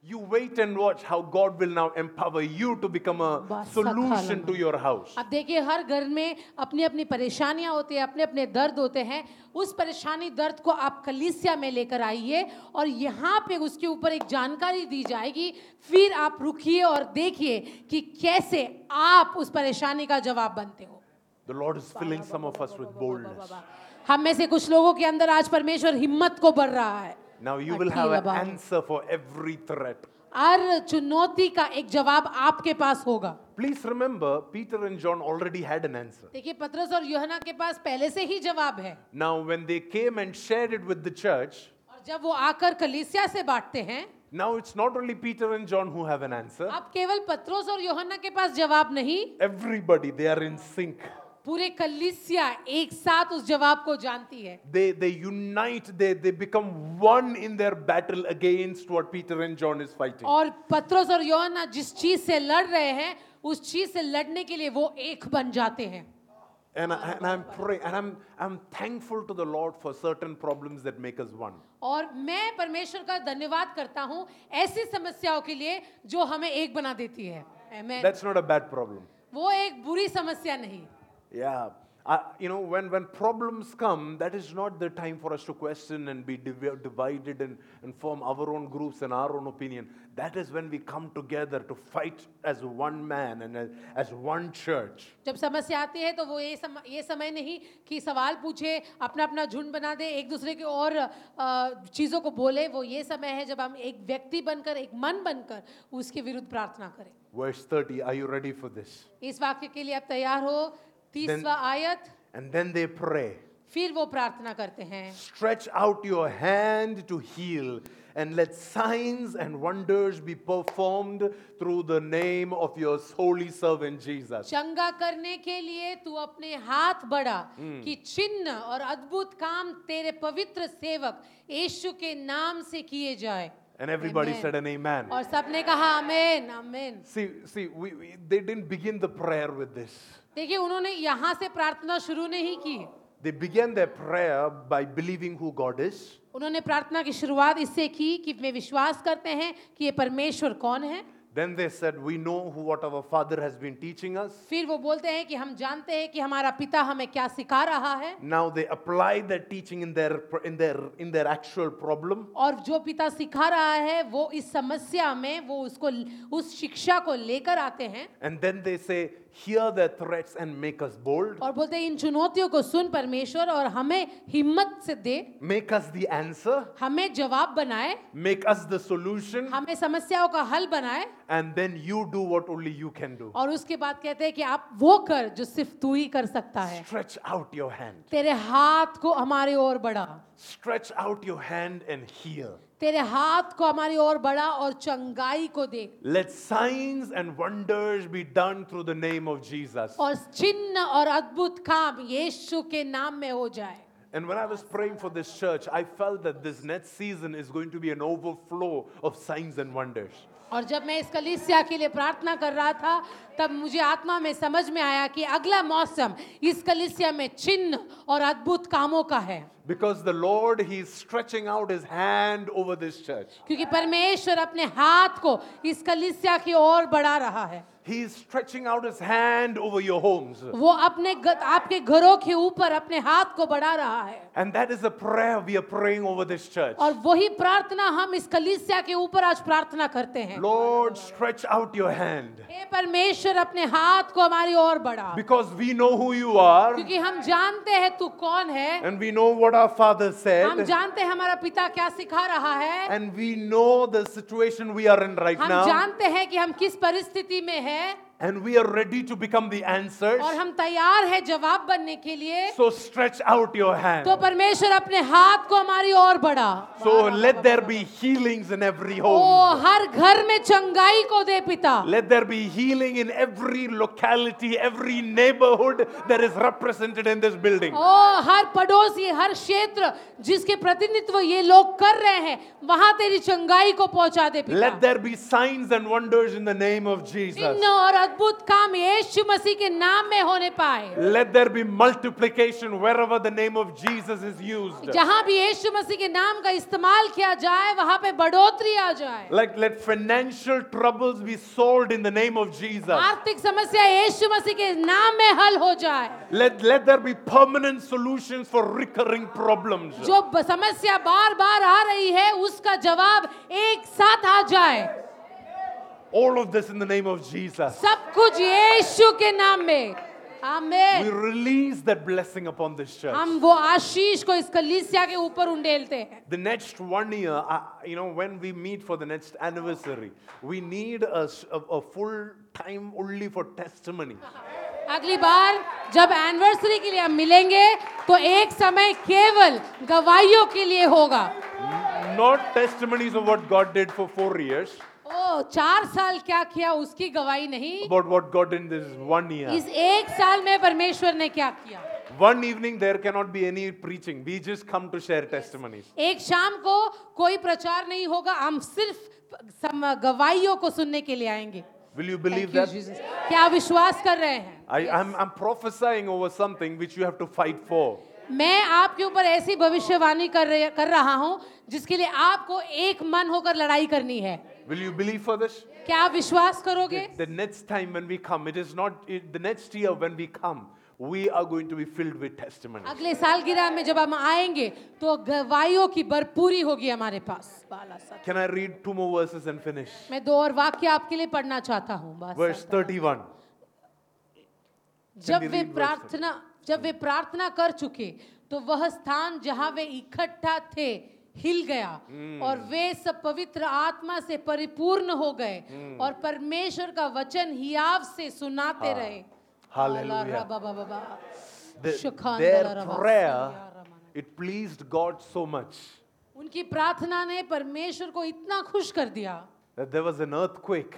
You wait and watch how God will now empower you to become a
Basa
solution to
kalama.
your house.
अब देखिए हर घर में अपनी अपनी परेशानियां होती है अपने अपने दर्द होते हैं उस परेशानी दर्द को आप कलीसिया में लेकर आइए और यहाँ पे उसके ऊपर एक जानकारी दी जाएगी फिर आप रुकिए और देखिए कि कैसे आप उस परेशानी का जवाब बनते हो
The Lord is filling some of us with boldness.
हम में से कुछ लोगों के अंदर आज परमेश्वर हिम्मत को बढ़ रहा है
Now you
Ba-
will have
Ba-
an
Ba- Ba-
answer for every threat.
हर चुनौती का एक जवाब आपके पास होगा
Please remember, Peter and John already had an answer.
देखिए पत्रस और यूहन्ना के पास पहले से ही जवाब है
Now, when they came and shared it with the church,
और जब वो आकर कलीसिया से बांटते हैं
Now it's not only Peter and John who have an answer.
अब केवल पत्रोस और योहन्ना के पास जवाब नहीं
Everybody, they are in sync.
पूरे कलीसिया एक साथ उस जवाब को जानती है
They, they unite, they, they become one in their battle against what Peter and John is fighting.
और पत्रोस और योहन्ना जिस चीज से लड़ रहे हैं उस चीज से लड़ने के लिए वो एक बन जाते हैं
And, I, and I'm praying, and I'm, I'm thankful to the Lord for certain problems that make us one.
और मैं परमेश्वर का धन्यवाद करता हूँ ऐसी समस्याओं के लिए जो हमें एक बना देती है Amen.
That's not a bad problem.
वो एक बुरी समस्या नहीं
Yeah. I, you know, when, when problems come, that is not the time for us to question and be div- divided and, and form our own groups and our own opinion. That is when we come together to fight as one man and as, as one church.
जब समस्या आती है तो वो ये सम, ये समय नहीं कि सवाल पूछे अपना अपना झुंड बना दे एक दूसरे के और अ, चीज़ों को बोले वो ये समय है जब हम एक व्यक्ति बनकर एक मन बनकर उसके विरुद्ध प्रार्थना करें
Verse 30, are you ready for this?
इस वाक्य के लिए आप तैयार हो तीसवा आयत
And then they pray
फिर वो प्रार्थना करते हैं
Stretch out your hand to heal, and let signs and wonders be performed through the name of your holy servant Jesus.
चंगा करने के लिए तू अपने हाथ बढ़ा कि चिन्ह और अद्भुत काम तेरे पवित्र सेवक यीशु के नाम से किए जाए
And everybody
Amen.
said an amen.
और सबने कहा amen amen
See, see, we, we, they didn't begin the prayer with this.
देखिए उन्होंने यहाँ से प्रार्थना शुरू नहीं की
They began their prayer by believing who God is,
उन्होंने प्रार्थना की शुरुआत इससे की कि वे विश्वास करते हैं कि ये परमेश्वर कौन है
Then they said, We know who, what our Father has been teaching us.
फिर वो बोलते हैं कि हम जानते हैं कि हमारा पिता हमें क्या सिखा रहा है
Now they apply that teaching in their, in their, in their actual problem.
और जो पिता सिखा रहा है वो इस समस्या में वो उसको उस शिक्षा को लेकर आते हैं
And then they say, Hear their threats and make us bold.
और बोलते हैं इन चुनौतियों को सुन परमेश्वर और हमें हिम्मत से दे
Make us the answer.
हमें जवाब बनाए
Make us the solution.
हमें समस्याओं का हल बनाए
And then you do what only you can do.
और उसके बाद कहते हैं कि आप वो कर जो सिर्फ तू ही कर सकता है
Stretch out your hand.
तेरे हाथ को हमारे ओर बढ़ा
Stretch out your hand and heal.
तेरे हाथ को हमारी ओर बढ़ा और चंगाई को दे
Let signs and wonders be done through the name of Jesus.
और चिन्ह और अद्भुत काम यीशु के नाम में हो जाए
And when I was praying for this church, I felt that this next season is going to be an overflow of signs and wonders.
और जब मैं इस कलीसिया के लिए प्रार्थना कर रहा था तब मुझे आत्मा में समझ में आया कि अगला मौसम इस कलीसिया में चिन्ह और अद्भुत कामों का है
Because the Lord, He's stretching out His hand over this church.
क्योंकि परमेश्वर अपने हाथ को इस कलीसिया की ओर बढ़ा रहा है
He's stretching out His hand over your homes.
वो अपने ग, आपके घरों के ऊपर अपने हाथ को बढ़ा रहा है
And that is a prayer we are praying over this church.
और वही प्रार्थना हम इस कलीसिया के ऊपर आज प्रार्थना करते हैं
Lord, stretch out your hand.
हे परमेश्वर अपने हाथ को हमारी ओर बढ़ा
Because we know who you are,
क्योंकि हम जानते हैं तू कौन है
and we know what our Father
हम
said,
जानते हैं हमारा पिता क्या सिखा रहा है
and we know the situation we are in right
हम
now,
जानते हैं कि हम किस परिस्थिति में हैं
and we are ready to become the answers.
और हम तैयार हैं जवाब बनने के लिए
So stretch out your hand.
तो परमेश्वर अपने हाथ को हमारी ओर बढ़ा
So let there be healings in every home.
ओ हर घर में चंगाई को दे पिता
Let there be healing in every locality, every neighborhood that is represented in this building.
ओ हर पड़ोसी हर क्षेत्र जिसके प्रतिनिधित्व ये लोग कर रहे हैं वहां तेरी चंगाई को पहुंचा दे पिता
Let there be signs and wonders in the name of Jesus.
चिन्ह और अद्भुत काम यीशु मसीह के नाम में होने पाए
Let there be multiplication wherever the name of Jesus is used.
जहां भी यीशु मसीह के नाम का इस्तेमाल किया जाए वहां पे बढ़ोतरी आ जाए
Like let financial troubles be solved in the name of Jesus.
आर्थिक समस्या यीशु मसीह के नाम में हल हो जाए
Let, let there be permanent solutions for recurring problems.
जो ब- समस्या बार बार आ रही है उसका जवाब एक साथ आ जाए
All of this in the name of Jesus.
सब कुछ यीशु के नाम में
We
amen
release that blessing upon this church.
हम वो आशीष को इस कलीसिया के ऊपर उंडेलते हैं
The next one year, I- you know, when we meet for the next anniversary, we need a, s- a- a full time only for testimony.
अगली बार जब एनिवर्सरी के लिए हम मिलेंगे तो एक समय केवल गवाहियों के लिए होगा
Not testimonies of what God did for four years,
ओ चार साल क्या किया उसकी गवाही नहीं
about what God did in this one year.
इस एक साल में परमेश्वर ने क्या किया
One evening, there cannot be any preaching. We just come to share testimonies.
एक शाम को कोई प्रचार नहीं होगा हम सिर्फ सम- गवाहियों को सुनने के लिए आएंगे
Will you believe
Thank you,
that?
Jesus. क्या आप विश्वास कर रहे हैं
I, I'm, I'm prophesying over something which you have to fight for.
मैं आपके ऊपर ऐसी भविष्यवाणी कर रहे, कर रहा हूं जिसके लिए आपको एक मन होकर लड़ाई करनी है
Will you believe for this?
क्या आप विश्वास करोगे
The next time when we come, it is not it, the next year when we come, we are going to be filled with testimony.
अगले सालगिरह में जब हम आएंगे तो गवाहियों की भरपूरी होगी हमारे पास बाला साहब।
Can I read two more verses and finish?
मैं दो और वाक्य आपके लिए पढ़ना चाहता हूँ बाला
Verse 31. Can
जब
we
वे
read verse
प्रार्थना जब वे प्रार्थना कर चुके तो वह स्थान जहां वे इकट्ठा थे हिल गया
Hmm.
और वे सब पवित्र आत्मा से परिपूर्ण हो गए
Hmm.
और परमेश्वर का वचन हियाव से सुनाते रहे
हाँ। Hallelujah.
आला रबा बा बा बा।
The-
शुकान दला
their
rava
prayer,
Siya Rama.
it pleased God so much
उनकी प्रार्थना ने परमेश्वर को इतना खुश कर दिया
that there was an earthquake,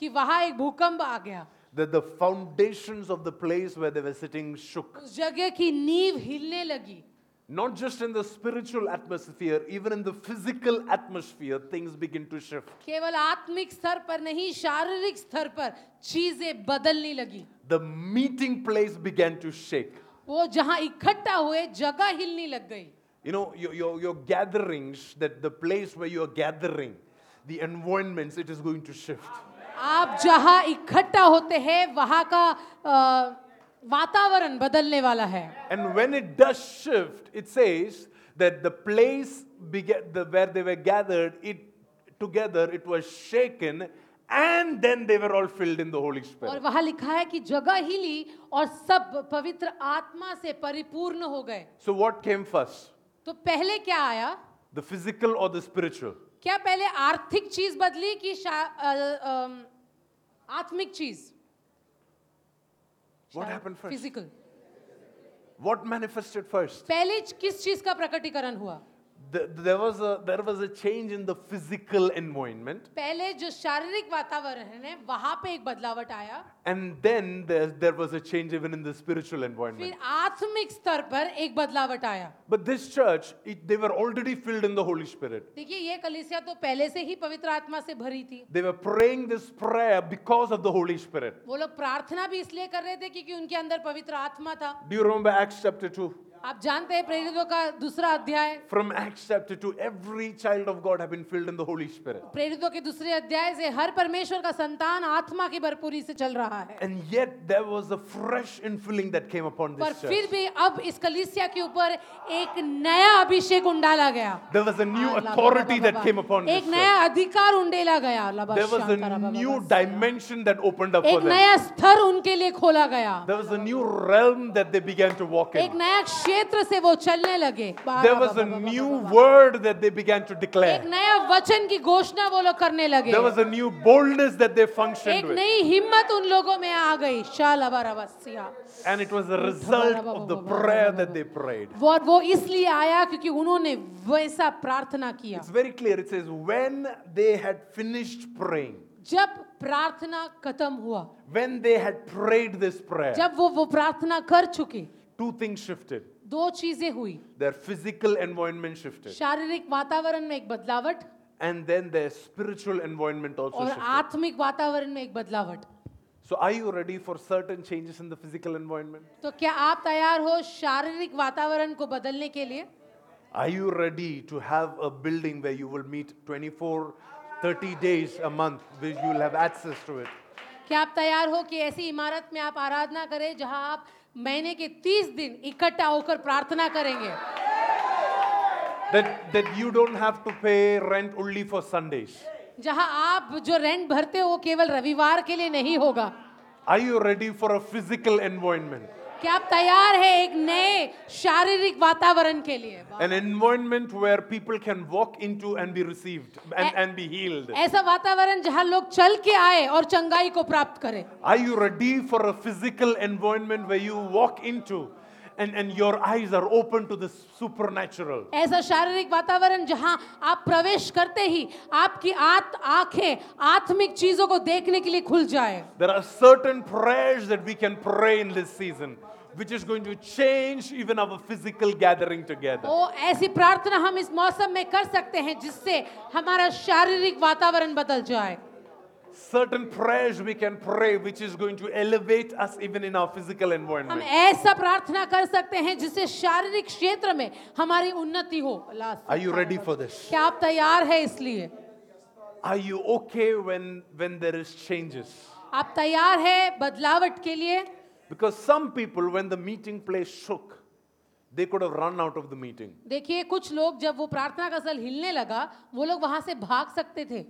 कि वहां एक भूकंप आ गया
that the foundations of the place where they were sitting shook.
उस जगह की नींव हिलने लगी
Not just in the spiritual atmosphere, even in the physical atmosphere, things begin to shift.
केवल आत्मिक स्तर पर नहीं शारीरिक स्तर पर चीजें बदलने लगी
The meeting place began to shake.
वो जहाँ इकट्ठा हुए जगह हिलने लग गई
You know, your, your, your gatherings, that the place where you are gathering, the environments, it is going to shift.
आप जहाँ इकट्ठा होते हैं वहाँ का अ, वातावरण बदलने वाला है
And when it does shift, it says that the place bega- the, where they were gathered, it together, it was shaken, and then they were all filled in the Holy
और
Spirit.
वहाँ लिखा है कि जगह हिली और सब पवित्र आत्मा से परिपूर्ण हो गए
So, what came first,
तो पहले क्या आया
the physical or the spiritual?
क्या पहले आर्थिक चीज बदली कि शा- अ, अम, आत्मिक चीज
What happened first?
Physical
What manifested first?
पहले किस चीज का प्रकटीकरण हुआ
The- there, was a, there was a change in the physical environment,
पहले जो शारीरिक वातावरण है वहां पे एक बदलावट आया
and then there, there was a change even in the spiritual environment.
फिर आत्मिक स्तर पर एक बदलावट आया
But this church, it, they were already filled in the Holy Spirit.
देखिए ये कलिसिया तो पहले से ही पवित्र आत्मा से भरी थी
They were praying this prayer because of the Holy Spirit.
वो लोग प्रार्थना भी इसलिए कर रहे थे क्योंकि उनके अंदर पवित्र आत्मा था
Do you remember Acts chapter 2?
आप जानते हैं प्रेरितों का दूसरा अध्याय
From Acts chapter 2, every child of God have been filled in the Holy Spirit.
प्रेरितों के दूसरे अध्याय से हर परमेश्वर का संतान आत्मा की भरपूरी से चल रहा है
And yet there was a fresh infilling that came upon
पर
this
फिर
church.
भी अब इस कलिसिया के ऊपर एक नया अभिषेक उंडाला गया
There was a
Ah,
new authority that came upon this
एक
church.
नया अधिकार उंडेला गया
There was a new dimension that opened up for
एक
them.
नया स्तर उनके लिए खोला गया
There was a new realm that they began to walk
एक
in.
नया क्षेत्र से वो चलने लगे
There was a new word that they began to
एक
declare.
नया वचन की घोषणा वो लोग करने लगे
There was a new boldness that they
एक
functioned with.
नई हिम्मत उन लोगों में आ गई शालबरवस्या
And it was a result of the prayer that they prayed.
और वो इसलिए आया क्योंकि उन्होंने वैसा प्रार्थना किया
It's very clear. It says, when they had finished praying,
जब प्रार्थना खत्म हुआ
when they had prayed this prayer,
जब वो वो प्रार्थना कर चुके
two things shifted.
दो चीजें हुई
Their physical environment shifted,
शारीरिक वातावरण में एक बदलावट
and then their spiritual environment also
और
shifted.
आत्मिक वातावरण में एक बदलावट
So, are you ready for certain changes in the physical environment?
तो क्या आप तैयार हो शारीरिक वातावरण को बदलने के लिए
Are you ready to have a building where you will meet 24, 30 days a month, where you will have access to it?
क्या आप तैयार हो कि ऐसी इमारत में आप आराधना करें जहां आप महीने के तीस दिन इकट्ठा होकर प्रार्थना करेंगे
That, that you don't have to pay rent only for Sundays.
जहां आप जो रेंट भरते हो वो केवल रविवार के लिए नहीं होगा
Are you ready for a physical environment?
क्या आप तैयार है एक नए शारीरिक वातावरण के लिए
An environment where people can walk into and be received and, and be healed.
ऐसा वातावरण जहां लोग चल के आए और चंगाई को प्राप्त करें
Are you ready for a physical environment where you walk into and, and your eyes are open to the supernatural?
ऐसा शारीरिक वातावरण जहां आप प्रवेश करते ही आपकी आत आंखें आत्मिक चीजों को देखने के लिए खुल जाए
There are certain prayers that we can pray in this season, which is going to change even our physical gathering together.
ओ ऐसी प्रार्थना हम इस मौसम में कर सकते हैं जिससे हमारा शारीरिक वातावरण बदल जाए
Certain prayers we can pray, which is going to elevate us even in our physical
हम
environment.
ऐसा प्रार्थना कर सकते हैं जिससे शारीरिक क्षेत्र में हमारी उन्नति हो Last-
Are you ready for this?
क्या आप तैयार है इसलिए
Are you okay when, when there is changes?
आप तैयार है बदलावट के लिए
Because some people, when the meeting place shook, they could have run out of the meeting.
देखिए कुछ लोग जब वो प्रार्थना का सल हिलने लगा वो लोग वहां से भाग सकते थे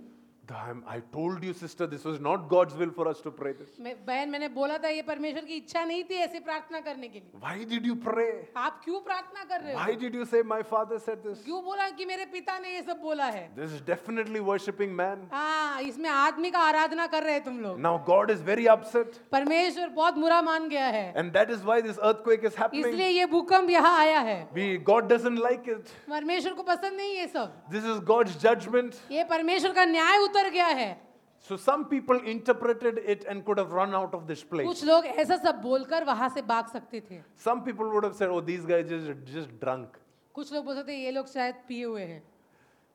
Damn, I told you, sister, this was not God's will for us to pray this.
मैं बहन मैंने बोला था ये परमेश्वर की इच्छा नहीं थी ऐसी प्रार्थना करने के लिए
Why did you pray?
आप क्यों प्रार्थना कर रहे हो
Why did you say, My father said this?
क्यों बोला कि मेरे पिता ने ये सब बोला है
This is definitely worshiping man.
हाँ इसमें आदमी का आराधना कर रहे हैं तुम लोग
Now God is very upset,
परमेश्वर बहुत बुरा मान गया है
and that is why this earthquake is happening.
इसलिए ये भूकंप यहाँ आया है
We, God doesn't like it.
परमेश्वर को पसंद नहीं ये सब
This is God's judgment.
ये परमेश्वर का न्याय उतर गया है
So some people interpreted it and could have run out of this place.
कुछ लोग ऐसा सब बोलकर वहां से भाग सकते थे
Some people would have said, Oh, these guys just just drunk.
कुछ लोग बोलते थे ये लोग शायद पिए हुए हैं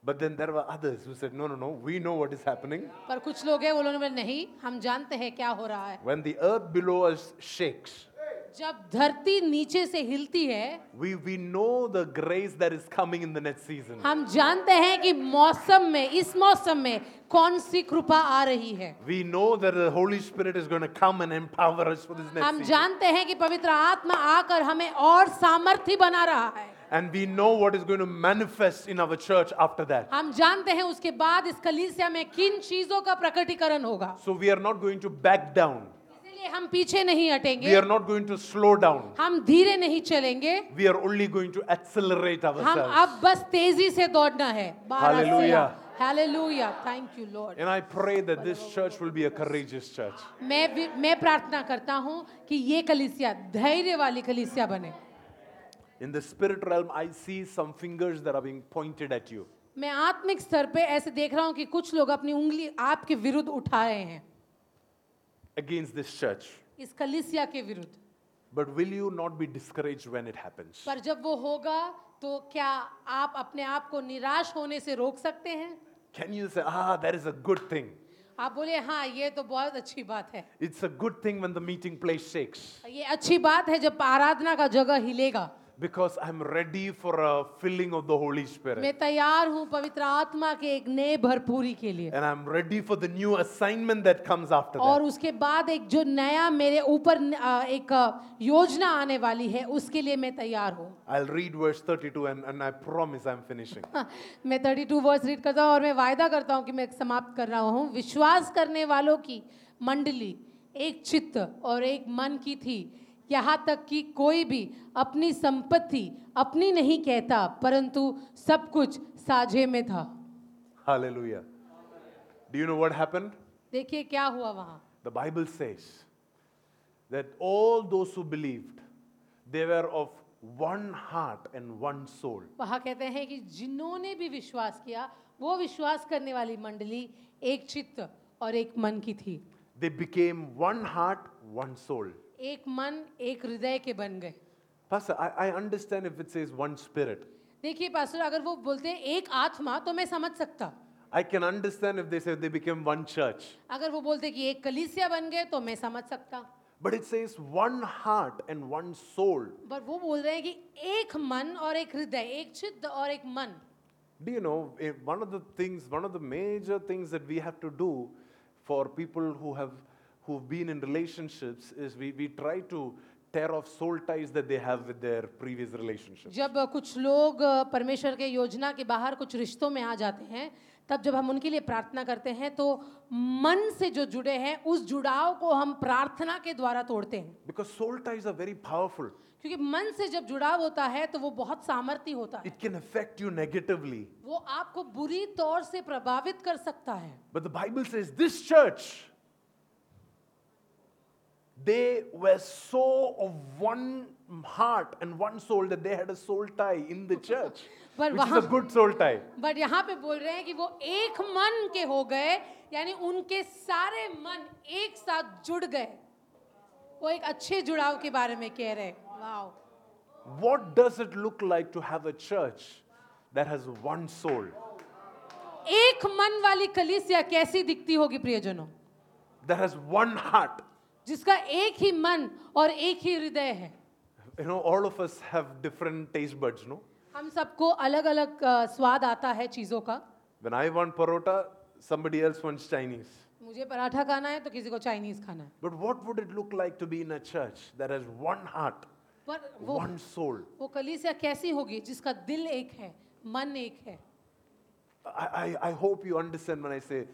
But then there were others who said, No, no, no, we know what is happening.
पर कुछ लोग हैं वो लोगों ने बोला, नहीं हम जानते हैं क्या हो रहा है
When the earth below us shakes,
जब धरती नीचे से हिलती है
We, we know the grace that is coming in the next season.
हम जानते हैं कि मौसम में इस मौसम में कौन सी कृपा आ रही है
We know that the Holy Spirit is going to come and empower us for this next
हम
season.
जानते हैं कि पवित्र आत्मा आकर हमें और सामर्थ्य बना रहा है
And we know what is going to manifest in our church after that.
हम जानते हैं उसके बाद इस कलीसिया में किन चीजों का प्रकटीकरण होगा
So we are not going to back down.
इसलिए हम पीछे नहीं
We
हटेंगे
are not going to slow down.
हम धीरे नहीं चलेंगे
We are only going to accelerate
हम
ourselves.
अब बस तेजी से दौड़ना है
Hallelujah.
हालेलुया thank you Lord
And I pray that this church will be a courageous church.
मैं भी- मैं प्रार्थना करता हूँ कि ये कलीसिया धैर्य वाली कलीसिया बने
In the spirit realm, I see some fingers that are being pointed at you.
मैं आत्मिक स्तर पे ऐसे देख रहा हूँ कि कुछ लोग अपनी उंगली आपके विरुद्ध उठा रहे हैं
against this church.
इस कलिसिया के विरुद्ध
But will you not be discouraged when it happens?
पर जब वो होगा तो क्या आप अपने आप को निराश होने से रोक सकते हैं
Can you say, ah, that is a good thing?
आप बोले हाँ ये तो बहुत अच्छी बात है
It's a good thing when the meeting place shakes
ये अच्छी बात है जब आराधना का जगह हिलेगा
because I'm ready for a filling of the Holy Spirit
मैं तैयार हूँ पवित्र आत्मा के एक नए भरपूरी के लिए
and I'm ready for the new assignment that comes after
और
that.
उसके बाद एक जो नया मेरे ऊपर न- आ, एक आ, योजना आने वाली है उसके लिए मैं तैयार हूँ
I'll read verse 32 and, and I promise I'm finishing.
मैं 32 वर्स रीड करता हूँ और मैं वायदा करता हूँ कि मैं समाप्त कर रहा हूँ विश्वास करने वालों की मंडली एक चित्त और एक मन की थी यहाँ तक कि कोई भी अपनी संपत्ति अपनी नहीं कहता परंतु सब कुछ साझे में था
Hallelujah. Do you know what happened?
देखिए क्या हुआ वहाँ
The Bible says that all those who believed, they were of one heart and one soul.
वहाँ कहते हैं कि जिन्होंने भी विश्वास किया वो विश्वास करने वाली मंडली एक चित्त और एक मन की थी
They became one heart, one soul.
एक मन एक हृदय के बन गए
Pastor, I, I understand if it says one spirit.
देखिए पास्टर अगर वो बोलते हैं एक आत्मा तो मैं समझ सकता
I can understand if they say they became one church.
अगर वो बोलते कि एक कलीसिया बन गए तो मैं समझ सकता
But it says one heart and one soul.
पर वो बोल रहे हैं कि एक मन और एक हृदय एक चित्त और एक मन
Do you know, eh, one of the things, one of the major things that we have to do for people who have who've been in relationships is we, we try to tear off soul ties that they have with their previous relationship.
जब कुछ लोग अ, परमेश्वर के योजना के बाहर कुछ रिश्तों में आ जाते हैं तब जब हम उनके लिए प्रार्थना करते हैं तो मन से जो जुड़े हैं उस जुड़ाव को हम प्रार्थना के द्वारा तोड़ते हैं
Because soul ties are very powerful.
क्योंकि मन से जब जुड़ाव होता है तो वो बहुत सामर्थ्य होता है
It can affect you negatively.
वो आपको बुरी तौर से प्रभावित कर सकता है
But the Bible says this church, they were so of one heart and one soul that they had a soul tie in the church.
But
which is a
वहाँ-
good soul tie.
बट यहाँ पे बोल रहे हैं कि वो एक मन के हो गए यानी उनके सारे मन एक साथ जुड़ गए वो एक अच्छे जुड़ाव के बारे में कह रहे हैं वाह
What does it look like to have a church that has one soul?
एक मन वाली कलीसिया कैसी दिखती होगी प्रियजनों
That has one heart.
जिसका एक ही मन और एक ही हृदय है
You know, all of us have different taste buds, no?
हम सबको अलग अलग स्वाद आता है चीज़ों का
When I want parota, somebody else wants Chinese.
मुझे पराठा खाना है तो किसी को चाइनीज खाना है
But what would it look like to be in a church that has one heart,
पर वो
one soul?
वो कलीसिया कैसी होगी जिसका दिल एक है मन एक है
I, I, I hope you understand when I say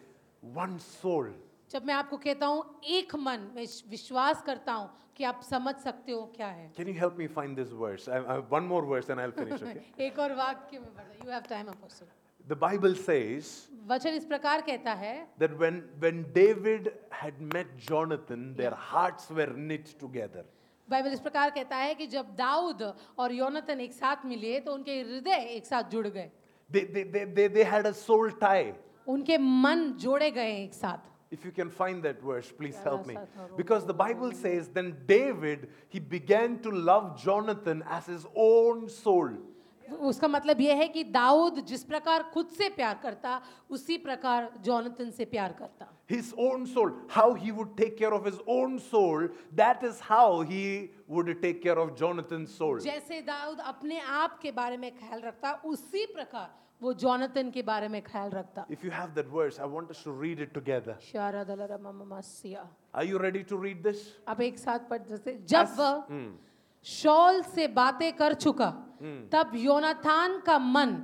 one soul.
जब मैं आपको कहता हूँ एक मन मैं विश्वास करता हूँ कि आप समझ सकते हो क्या है
Can you help me find this verse? I, I- one more verse and I'll finish, okay?
एक और वाक्य में you have time apostle
the Bible says
वचन इस प्रकार कहता है
that when, when David had met Jonathan, their hearts were knit together.
Bible इस प्रकार कहता है कि जब दाऊद और योनातन एक साथ मिले तो उनके हृदय एक साथ जुड़ गए
They, they, they, they, they had a soul tie.
उनके मन जोड़े गए एक साथ
If you can find that verse, please help me.
Sarasataro.
Because the Bible says, then David, he began to love Jonathan as his own soul.
उसका मतलब यह है कि दाऊद जिस प्रकार खुद से प्यार करता उसी प्रकार जॉनथन से प्यार करता
His own soul, how he would take care of his own soul, that is how he would take care of Jonathan's soul.
जैसे दाऊद अपने आप के बारे में ख्याल रखता उसी प्रकार वो जॉनथन के बारे में ख्याल रखता
If you have that verse, I want us to read it together.
शारदलरमममस्या।
Are you ready to read this?
अब एक साथ पढ़ जैसे जब वह शॉल से बातें कर चुका तब योनाथान का मन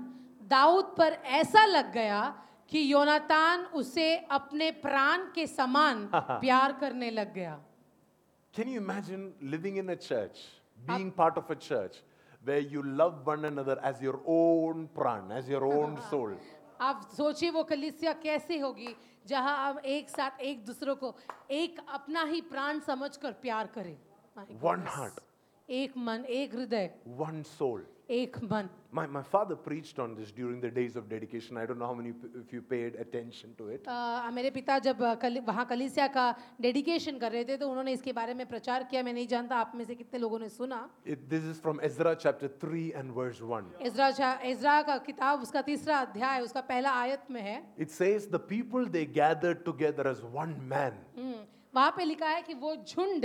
दाऊद पर ऐसा लग गया कि योनातान उसे अपने प्राण के समान प्यार करने लग गया
Can you imagine living in a church, being part of a church where you love one another as your own pran, as your own soul?
आप सोचिए वो कलिसिया कैसी होगी जहां आप एक साथ एक दूसरों को एक अपना ही प्राण समझकर प्यार करें My
One
goodness.
heart.
एक मन एक हृदय
One soul.
एक मन
My, my father preached on this during the days of dedication. I don't know how many p- if you paid attention to it.
Uh, मेरे पिता जब अ, कल, वहाँ कलिसिया का डेडिकेशन कर रहे थे तो उन्होंने इसके बारे में प्रचार किया मैं नहीं जानता आप में से कितने लोगों ने सुना
it. This is from Ezra chapter 3 and verse 1.
इजरा शा- इजरा का किताब उसका तीसरा अध्याय उसका पहला आयत में है
It says, The people they gathered together as one man.
Hmm, वहाँ पे लिखा है कि वो झुंड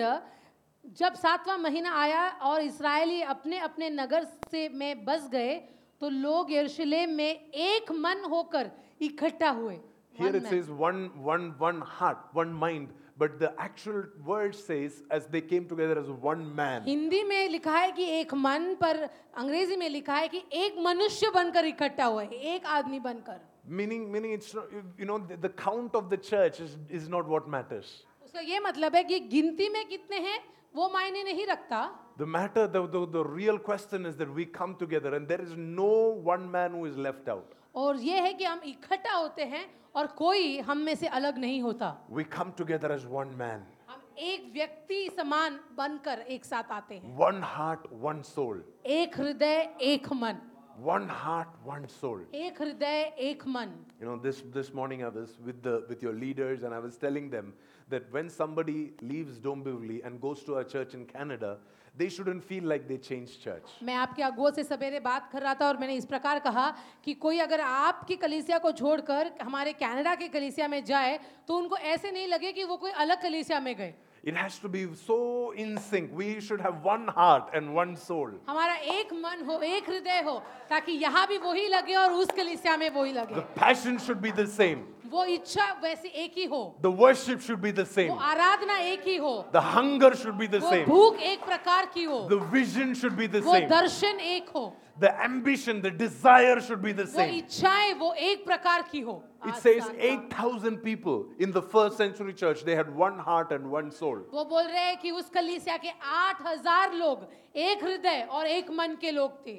जब सातवां महीना आया और इसराइली अपने अपने नगर से में बस गए तो लोग यरूशलेम में एक मन होकर इकट्ठा हुए
Here it says one, one, one heart, one mind. But the actual word says, as they came together as one man.
Hindi में लिखा है कि एक मन पर अंग्रेजी में लिखा है कि एक मनुष्य बनकर इकट्ठा हुए एक आदमी बनकर
Meaning, meaning it's not, you know, the, the count of the church is, is not what matters.
उसका ये मतलब है कि गिनती में कितने हैं वो मायने नहीं रखता
The matter, the, the, the real question is that we come together and there is no one man who is left out.
और ये है कि हम इकट्ठा होते हैं और कोई हम में से अलग नहीं होता
We come together as one man,
हम एक व्यक्ति समान बनकर एक साथ आते हैं
one heart, one soul.
एक हृदय एक मन
One heart, one soul.
एक हृदय एक मन
You know, this, this morning I was with, the, with your leaders and I was telling them that when somebody leaves Dombivli and goes to a church in Canada, they shouldn't feel like they changed church.
मैं आपके अगुओं से सवेरे बात कर रहा था और मैंने इस प्रकार कहा कि कोई अगर आपकी कलीसिया को छोड़कर हमारे कनाडा के कलीसिया में जाए तो उनको ऐसे नहीं लगे कि वो कोई अलग कलीसिया में गए
It has to be so in sync. We should have one heart and one soul.
हमारा एक मन हो एक हृदय हो ताकि यहाँ भी वही लगे और उस कलीसिया में वही
The
लगे
passion should be the same.
वो इच्छा वैसे एक ही हो
The worship should be the
वो
same.
आराधना एक ही हो
The hunger should be the
वो
same.
भूख एक प्रकार की हो
The vision should be the
वो
same.
दर्शन एक हो
The ambition, the desire should be the
वो
same.
इच्छाएं वो एक प्रकार की हो
It
आज
says
शाम का।
8,000 people in the first century church, they had one heart and one soul.
वो बोल रहे हैं कि उस कलीसिया के 8000 लोग एक हृदय और एक मन के लोग थे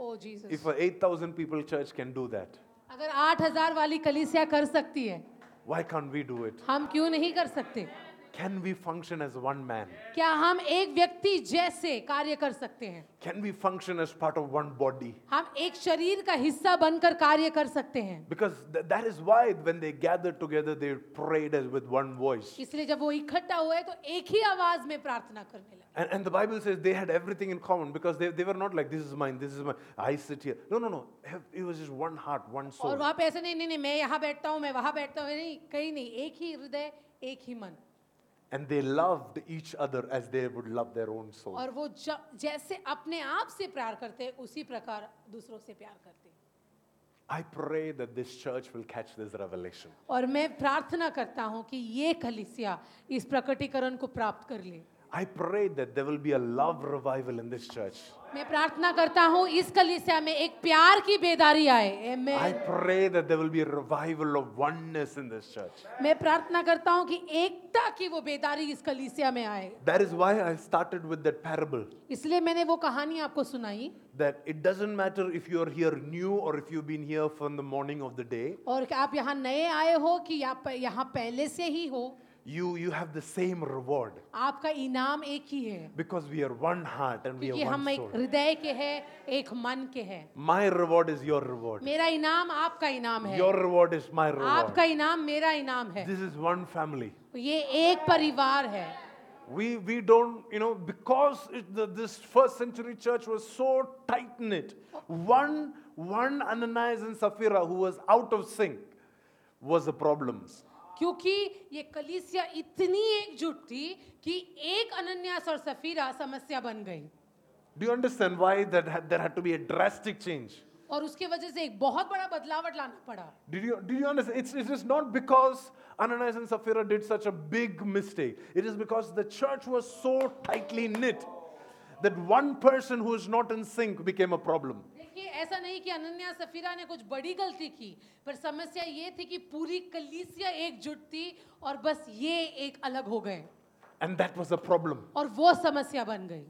ओ Jesus
If a 8,000 people church can do that,
अगर 8000 वाली कलीसिया कर सकती है
why can't we do it?
हम क्यों नहीं कर सकते
Can we function as one man?
क्या हम एक व्यक्ति जैसे कार्य कर सकते हैं
Can we function as part of one body?
हम एक शरीर का हिस्सा बनकर कार्य कर सकते हैं
Because th- that is why when they gathered together, they prayed as with one voice.
इसलिए जब वो इकट्ठा हुए तो एक ही आवाज में प्रार्थना करने लगे
And, and the Bible says they had everything in common because they, they were not like, this is mine, this is mine, I sit here. No, no, no. It was just one heart, one
और
soul.
वहाँ पे ऐसे नहीं नहीं नहीं मैं यहाँ बैठता हूँ मैं वहाँ बैठता हूँ नहीं कहीं नहीं एक ही हृदय एक ही मन
And they loved each other as they would love their own soul.
और वो ज- जैसे अपने आप से प्यार करते हैं उसी प्रकार दूसरों से प्यार करते हैं
I pray that this church will catch this revelation.
और मैं प्रार्थना करता हूँ कि ये कलिसिया इस प्रकटीकरण को प्राप्त कर ले
I pray that there will be a love revival in this church.
मैं प्रार्थना करता हूँ इस कलिसिया में एक प्यार की बेदारी आए
I
मैं
pray that there will be a revival of oneness in this church.
मैं प्रार्थना करता हूँ कि एकता की वो बेदारी इस कलिसिया में आए
That is why I started with that parable
इसलिए मैंने वो कहानी आपको सुनाई
that it doesn't matter if you are here new or if you've been here from the morning of the day,
और कि आप यहाँ नए आए हो कि आप यहाँ पहले से ही हो
you, you have the same reward
आपका इनाम एक ही है
because we are one heart and we
क्योंकि
are one
हम एक
soul.
हृदय के हैं एक मन के हैं
My reward is your reward.
मेरा इनाम आपका इनाम है
Your reward is my reward.
आपका इनाम मेरा इनाम है
This is one family.
ये एक परिवार है
We, we don't, you know, because it, the, this first century church was so tight knit, one, one Ananias and Sapphira who was out of sync was a problem.
क्योंकि ये कलीसिया इतनी एकजुट थी कि एक अनन्यास और सफीरा समस्या बन गई
Do you understand why that had, there had to be a drastic change?
और उसके वजह से एक बहुत बड़ा बदलावट लाना पड़ा
Did you, did you understand? It's, it's just not because Ananias and Sapphira did such a big mistake. It is because the church was so tightly knit that one person who is not in sync became a problem.
देखिए ऐसा नहीं कि अनन्या सफीरा ने कुछ बड़ी गलती की पर समस्या ये थी कि पूरी कलीसिया एकजुट थी और बस ये एक अलग हो गए
And that was a problem.
और वो समस्या बन गई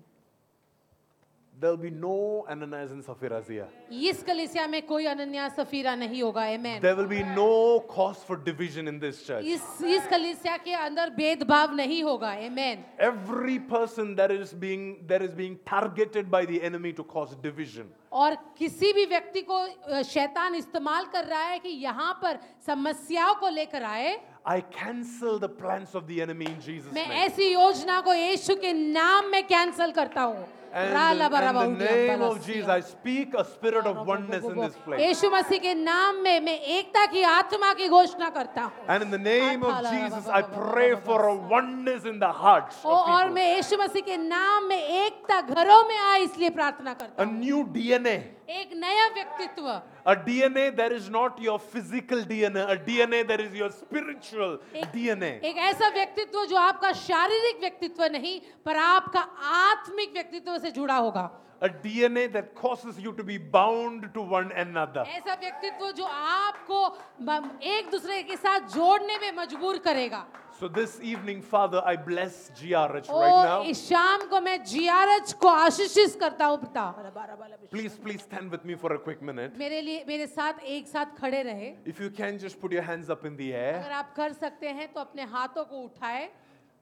There'll be no Ananias and Sapphira here.
इस कलीसिया में कोई अनन्या सफीरा नहीं होगा amen
There will be no cause for division in this church.
इस इस कलीसिया के अंदर भेदभाव नहीं होगा amen
Every person that is being that is being targeted by the enemy to cause division.
और किसी भी व्यक्ति को अ, शैतान इस्तेमाल कर रहा है कि यहाँ पर समस्याओं को लेकर आए
I cancel the plans of the enemy in Jesus'
मैं
name.
ऐसी योजना को यीशु के नाम में कैंसिल करता हूँ
And in the-
रालाबराबा
in the
Odia
name of
बलस।
Jesus, I speak a spirit of oneness in this place.
यीशु मसीह के नाम में मैं एकता की आत्मा की घोषणा करता हूँ
And in the name of Jesus, I pray for a oneness in the hearts
oh,
of
और
people.
मैं यीशु मसीह के नाम में एकता घरों में आए इसलिए प्रार्थना करता
A new DNA.
हूँ एक नया व्यक्तित्व
A DNA that is not your physical DNA, a DNA that is your spiritual DNA.
एक ऐसा व्यक्तित्व जो आपका शारीरिक व्यक्तित्व नहीं पर आपका आत्मिक व्यक्तित्व से जुड़ा होगा
A DNA that causes you to be bound to one another.
ऐसा व्यक्तित्व जो आपको म- एक दूसरे के साथ जोड़ने में मजबूर करेगा
So this evening, Father, I bless GRH
O
right now.
इस शाम को मैं जीआरएच को आशीषित करता हूँ पिता
Please, please stand with me for a quick minute.
मेरे लिए मेरे साथ एक साथ खड़े रहे
If you can, just put your hands up in the air.
अगर आप कर सकते हैं तो अपने हाथों को उठाए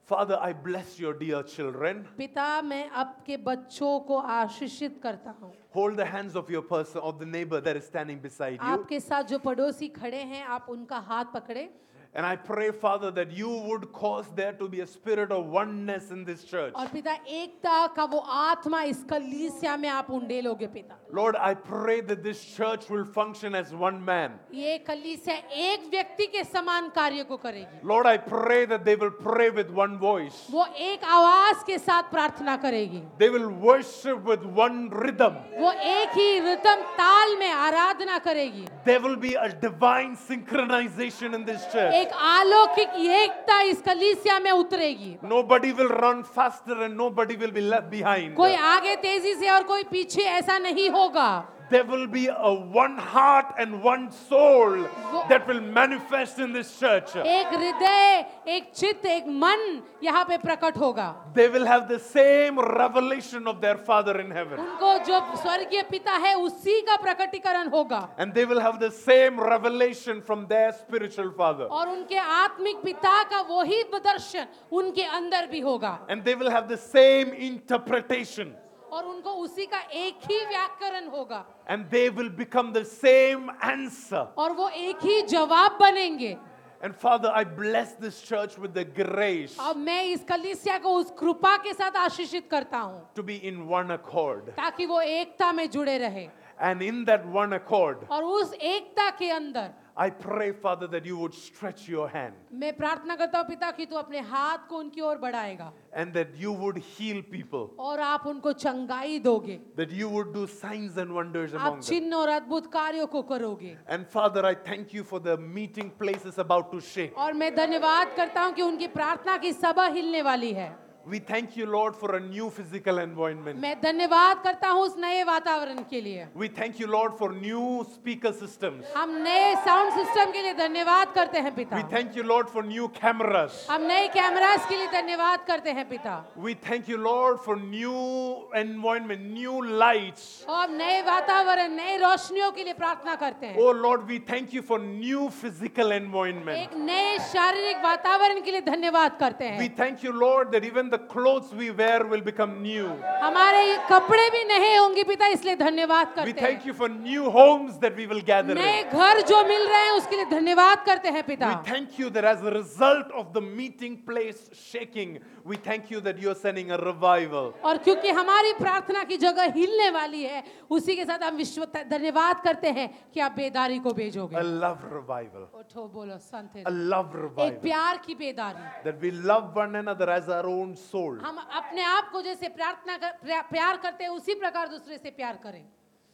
Father, I bless your dear children.
पिता मैं आपके बच्चों को आशीषित करता हूँ
Hold the hands of your person, of the neighbor that is standing beside you.
आपके साथ जो पड़ोसी खड़े हैं आप उनका हाथ पकड़े
And I pray, Father, that you would cause there to be a spirit of oneness in this church.
और पिता एकता का वो आत्मा इस कलीसिया में आप उंडेलोगे पिता
Lord, I pray that this church will function as one man.
ये कलीसिया एक व्यक्ति के समान कार्य को करेगी
Lord, I pray that they will pray with one voice.
वो एक आवाज के साथ प्रार्थना करेगी
They will worship with one rhythm.
वो एक ही रिदम ताल में आराधना करेगी
There will be a divine synchronization in this church.
एक अलौकिक एकता इस कलीसिया में उतरेगी
Nobody will run faster and nobody will be left behind.
कोई आगे तेजी से और कोई पीछे ऐसा नहीं होगा
There will be a one heart and one soul that will manifest in this church.
एक हृदय एक चित्त एक मन यहाँ पे प्रकट होगा
They will have the same revelation of their Father in heaven.
उनको जो स्वर्गीय पिता है उसी का प्रकटीकरण होगा
And they will have the same revelation from their spiritual Father.
और उनके आत्मिक पिता का वही दर्शन उनके अंदर भी होगा
And they will have the same interpretation.
और उनको उसी का एक ही व्याकरण होगा
And they will become the same answer.
और वो एक ही जवाब बनेंगे
And Father, I bless this church with the grace
अब मैं इस कलीसिया को उस कृपा के साथ आशीषित करता हूँ
to be in one accord.
ताकि वो एकता में जुड़े रहे
And in that one accord,
और उस एकता के अंदर
I pray, Father, that you would stretch your hand.
मैं प्रार्थना करता हूँ पिता कि तू अपने हाथ को उनकी ओर बढ़ाएगा
and that you would heal people,
और आप उनको चंगाई दोगे
that you would do signs and wonders
आप
among them.
चिन्ह और अद्भुत कार्यों को करोगे
And Father, I thank you for the meeting place is about to shake.
और मैं धन्यवाद करता हूँ कि उनकी प्रार्थना की सभा हिलने वाली है
We thank you, Lord, for a new physical environment.
मैं धन्यवाद करता हूँ उस नए वातावरण के लिए
We thank you, Lord, for new speaker systems.
हम नए साउंड सिस्टम के लिए धन्यवाद करते हैं
We
पिता
thank you, Lord, for new cameras.
हम नए कैमरास के लिए धन्यवाद करते हैं पिता
We thank you, Lord, for new environment, new lights.
और हम नए वातावरण नए रोशनियों के लिए प्रार्थना करते हैं
Oh, Lord, we thank you for new physical environment.
एक नए शारीरिक वातावरण के लिए धन्यवाद करते
We
हैं
thank you, Lord, that even the the clothes we wear will become new.
हमारे ये कपड़े भी नए होंगे पिता इसलिए धन्यवाद
We
करते
thank
हैं
you for new homes that we will gather
नए
in.
घर जो मिल रहे हैं उसके लिए धन्यवाद करते हैं
We
पिता
thank you that as a result of the meeting place shaking, we thank you that you're sending a revival.
और क्योंकि हमारी प्रार्थना की जगह हिलने वाली है उसी के साथ हम विश्व धन्यवाद करते हैं कि आप बेदारी को
A
भेजोगे
love revival.
उठो बोलो संत
A love
एक
revival.
प्यार की बेदारी
That we love one another as our own soul.
हम अपने आप को जैसे प्रार्थना कर, प्रा- प्यार करते हैं उसी प्रकार दूसरे से प्यार करें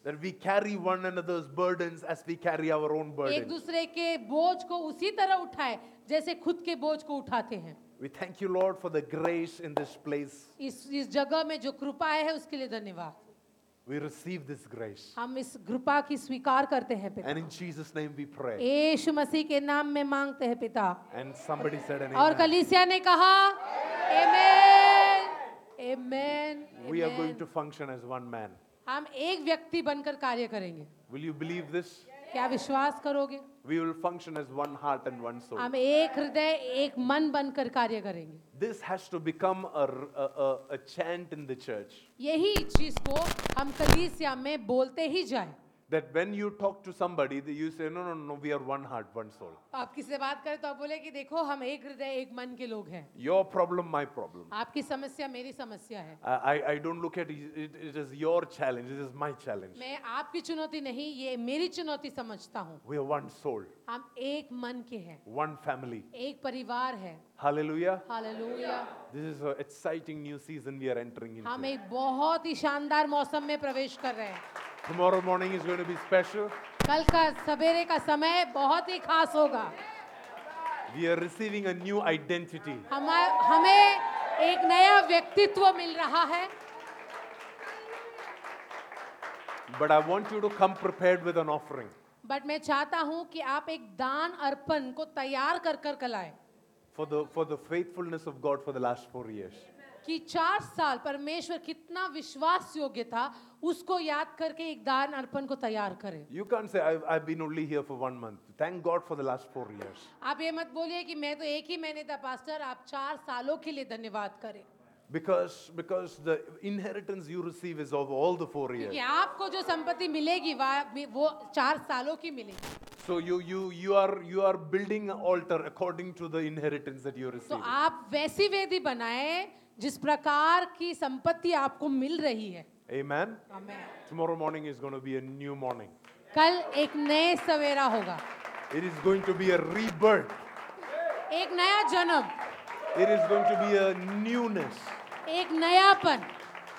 That we carry one another's burdens as we carry our own
एक
burdens.
दूसरे के बोझ को उसी तरह उठाए जैसे खुद के बोझ को उठाते हैं
We thank you, Lord, for the grace in this place.
इस इस जगह में जो कृपा है उसके लिए धन्यवाद
We receive this grace.
हम इस कृपा की स्वीकार करते हैं पिता
And in Jesus' name we pray.
यीशु मसीह के नाम में मांगते हैं पिता
And somebody said an
और
amen.
कलीसिया ने कहा आमेन आमेन
We are going to function as one man.
हम एक व्यक्ति बनकर कार्य करेंगे
Will you believe this?
क्या विश्वास करोगे
We will function as one heart and one soul.
हम एक हृदय एक मन बनकर कार्य करेंगे
This has to become a, a, a, a chant in the church.
यही चीज को हम कलीसिया में बोलते ही जाए
That when you talk to somebody, that you say, no, no, no, we are one heart, one soul.
आप किसी से बात करें तो आप बोले कि देखो हम एक हृदय एक मन के लोग हैं
Your problem, my problem.
आपकी समस्या मेरी समस्या है
I, I- I don't look at it, it, it is your challenge, it is my challenge.
मैं आपकी चुनौती नहीं ये मेरी चुनौती समझता हूँ
We are one soul,
हम एक मन के हैं
one family.
एक परिवार है
Hallelujah.
Hallelujah
This is an exciting new season we are entering into.
हम एक बहुत ही शानदार मौसम में प्रवेश कर रहे हैं
Tomorrow morning is going to be special.
कल का सवेरे का समय बहुत ही खास होगा
We are receiving a new identity.
हम हमें एक नया व्यक्तित्व मिल रहा है
But I want you to come prepared with an offering.
But मैं चाहता हूँ कि आप एक दान अर्पण को तैयार कर कर कल आए
for the for the faithfulness of God for the last four years.
कि चार साल परमेश्वर कितना विश्वास योग्य था उसको याद करके एक दान अर्पण को तैयार करें
You can't say I've, I've been only here for one month. Thank God for the last four years.
आप ये मत बोलिए कि मैं तो एक ही महीने था पास्टर आप चार सालों के लिए धन्यवाद करें
Because because the inheritance you receive is of all the four years.
क्योंकि आपको जो संपत्ति मिलेगी वा- वो चार सालों की मिलेगी
So you you you are you are building an altar according to the inheritance that you
तो
receive.
आप वैसी वेदी बनाएं जिस प्रकार की संपत्ति आपको मिल रही है
Amen.
Amen.
Tomorrow morning is going to be a new morning.
कल एक नए सवेरा होगा
It is going to be a rebirth.
एक नया जन्म
It is going to be a newness.
एक नयापन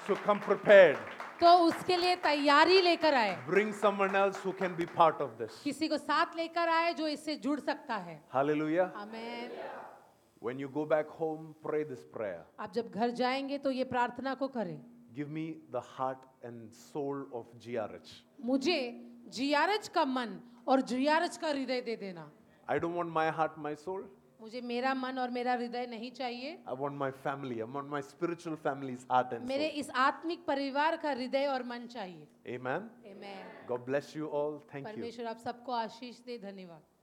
So come prepared.
तो उसके लिए तैयारी लेकर आए
Bring someone else who can be part of this.
किसी को साथ लेकर आए जो इससे जुड़ सकता है
Hallelujah.
Amen
When you go back home, pray this prayer.
आप जब घर जाएंगे तो ये प्रार्थना को करें
Give me the heart and soul of GRH.
मुझे जीआरएच का मन और जीआरएच का हृदय दे देना
I don't want my heart, my soul.
मुझे मेरा मन और मेरा हृदय नहीं चाहिए
I want my family. I want my spiritual family's heart and
मेरे
soul.
इस आत्मिक परिवार का हृदय और मन चाहिए
Amen.
Amen.
God bless you all. Thank you.
परमेश्वर आप सबको आशीष दे धन्यवाद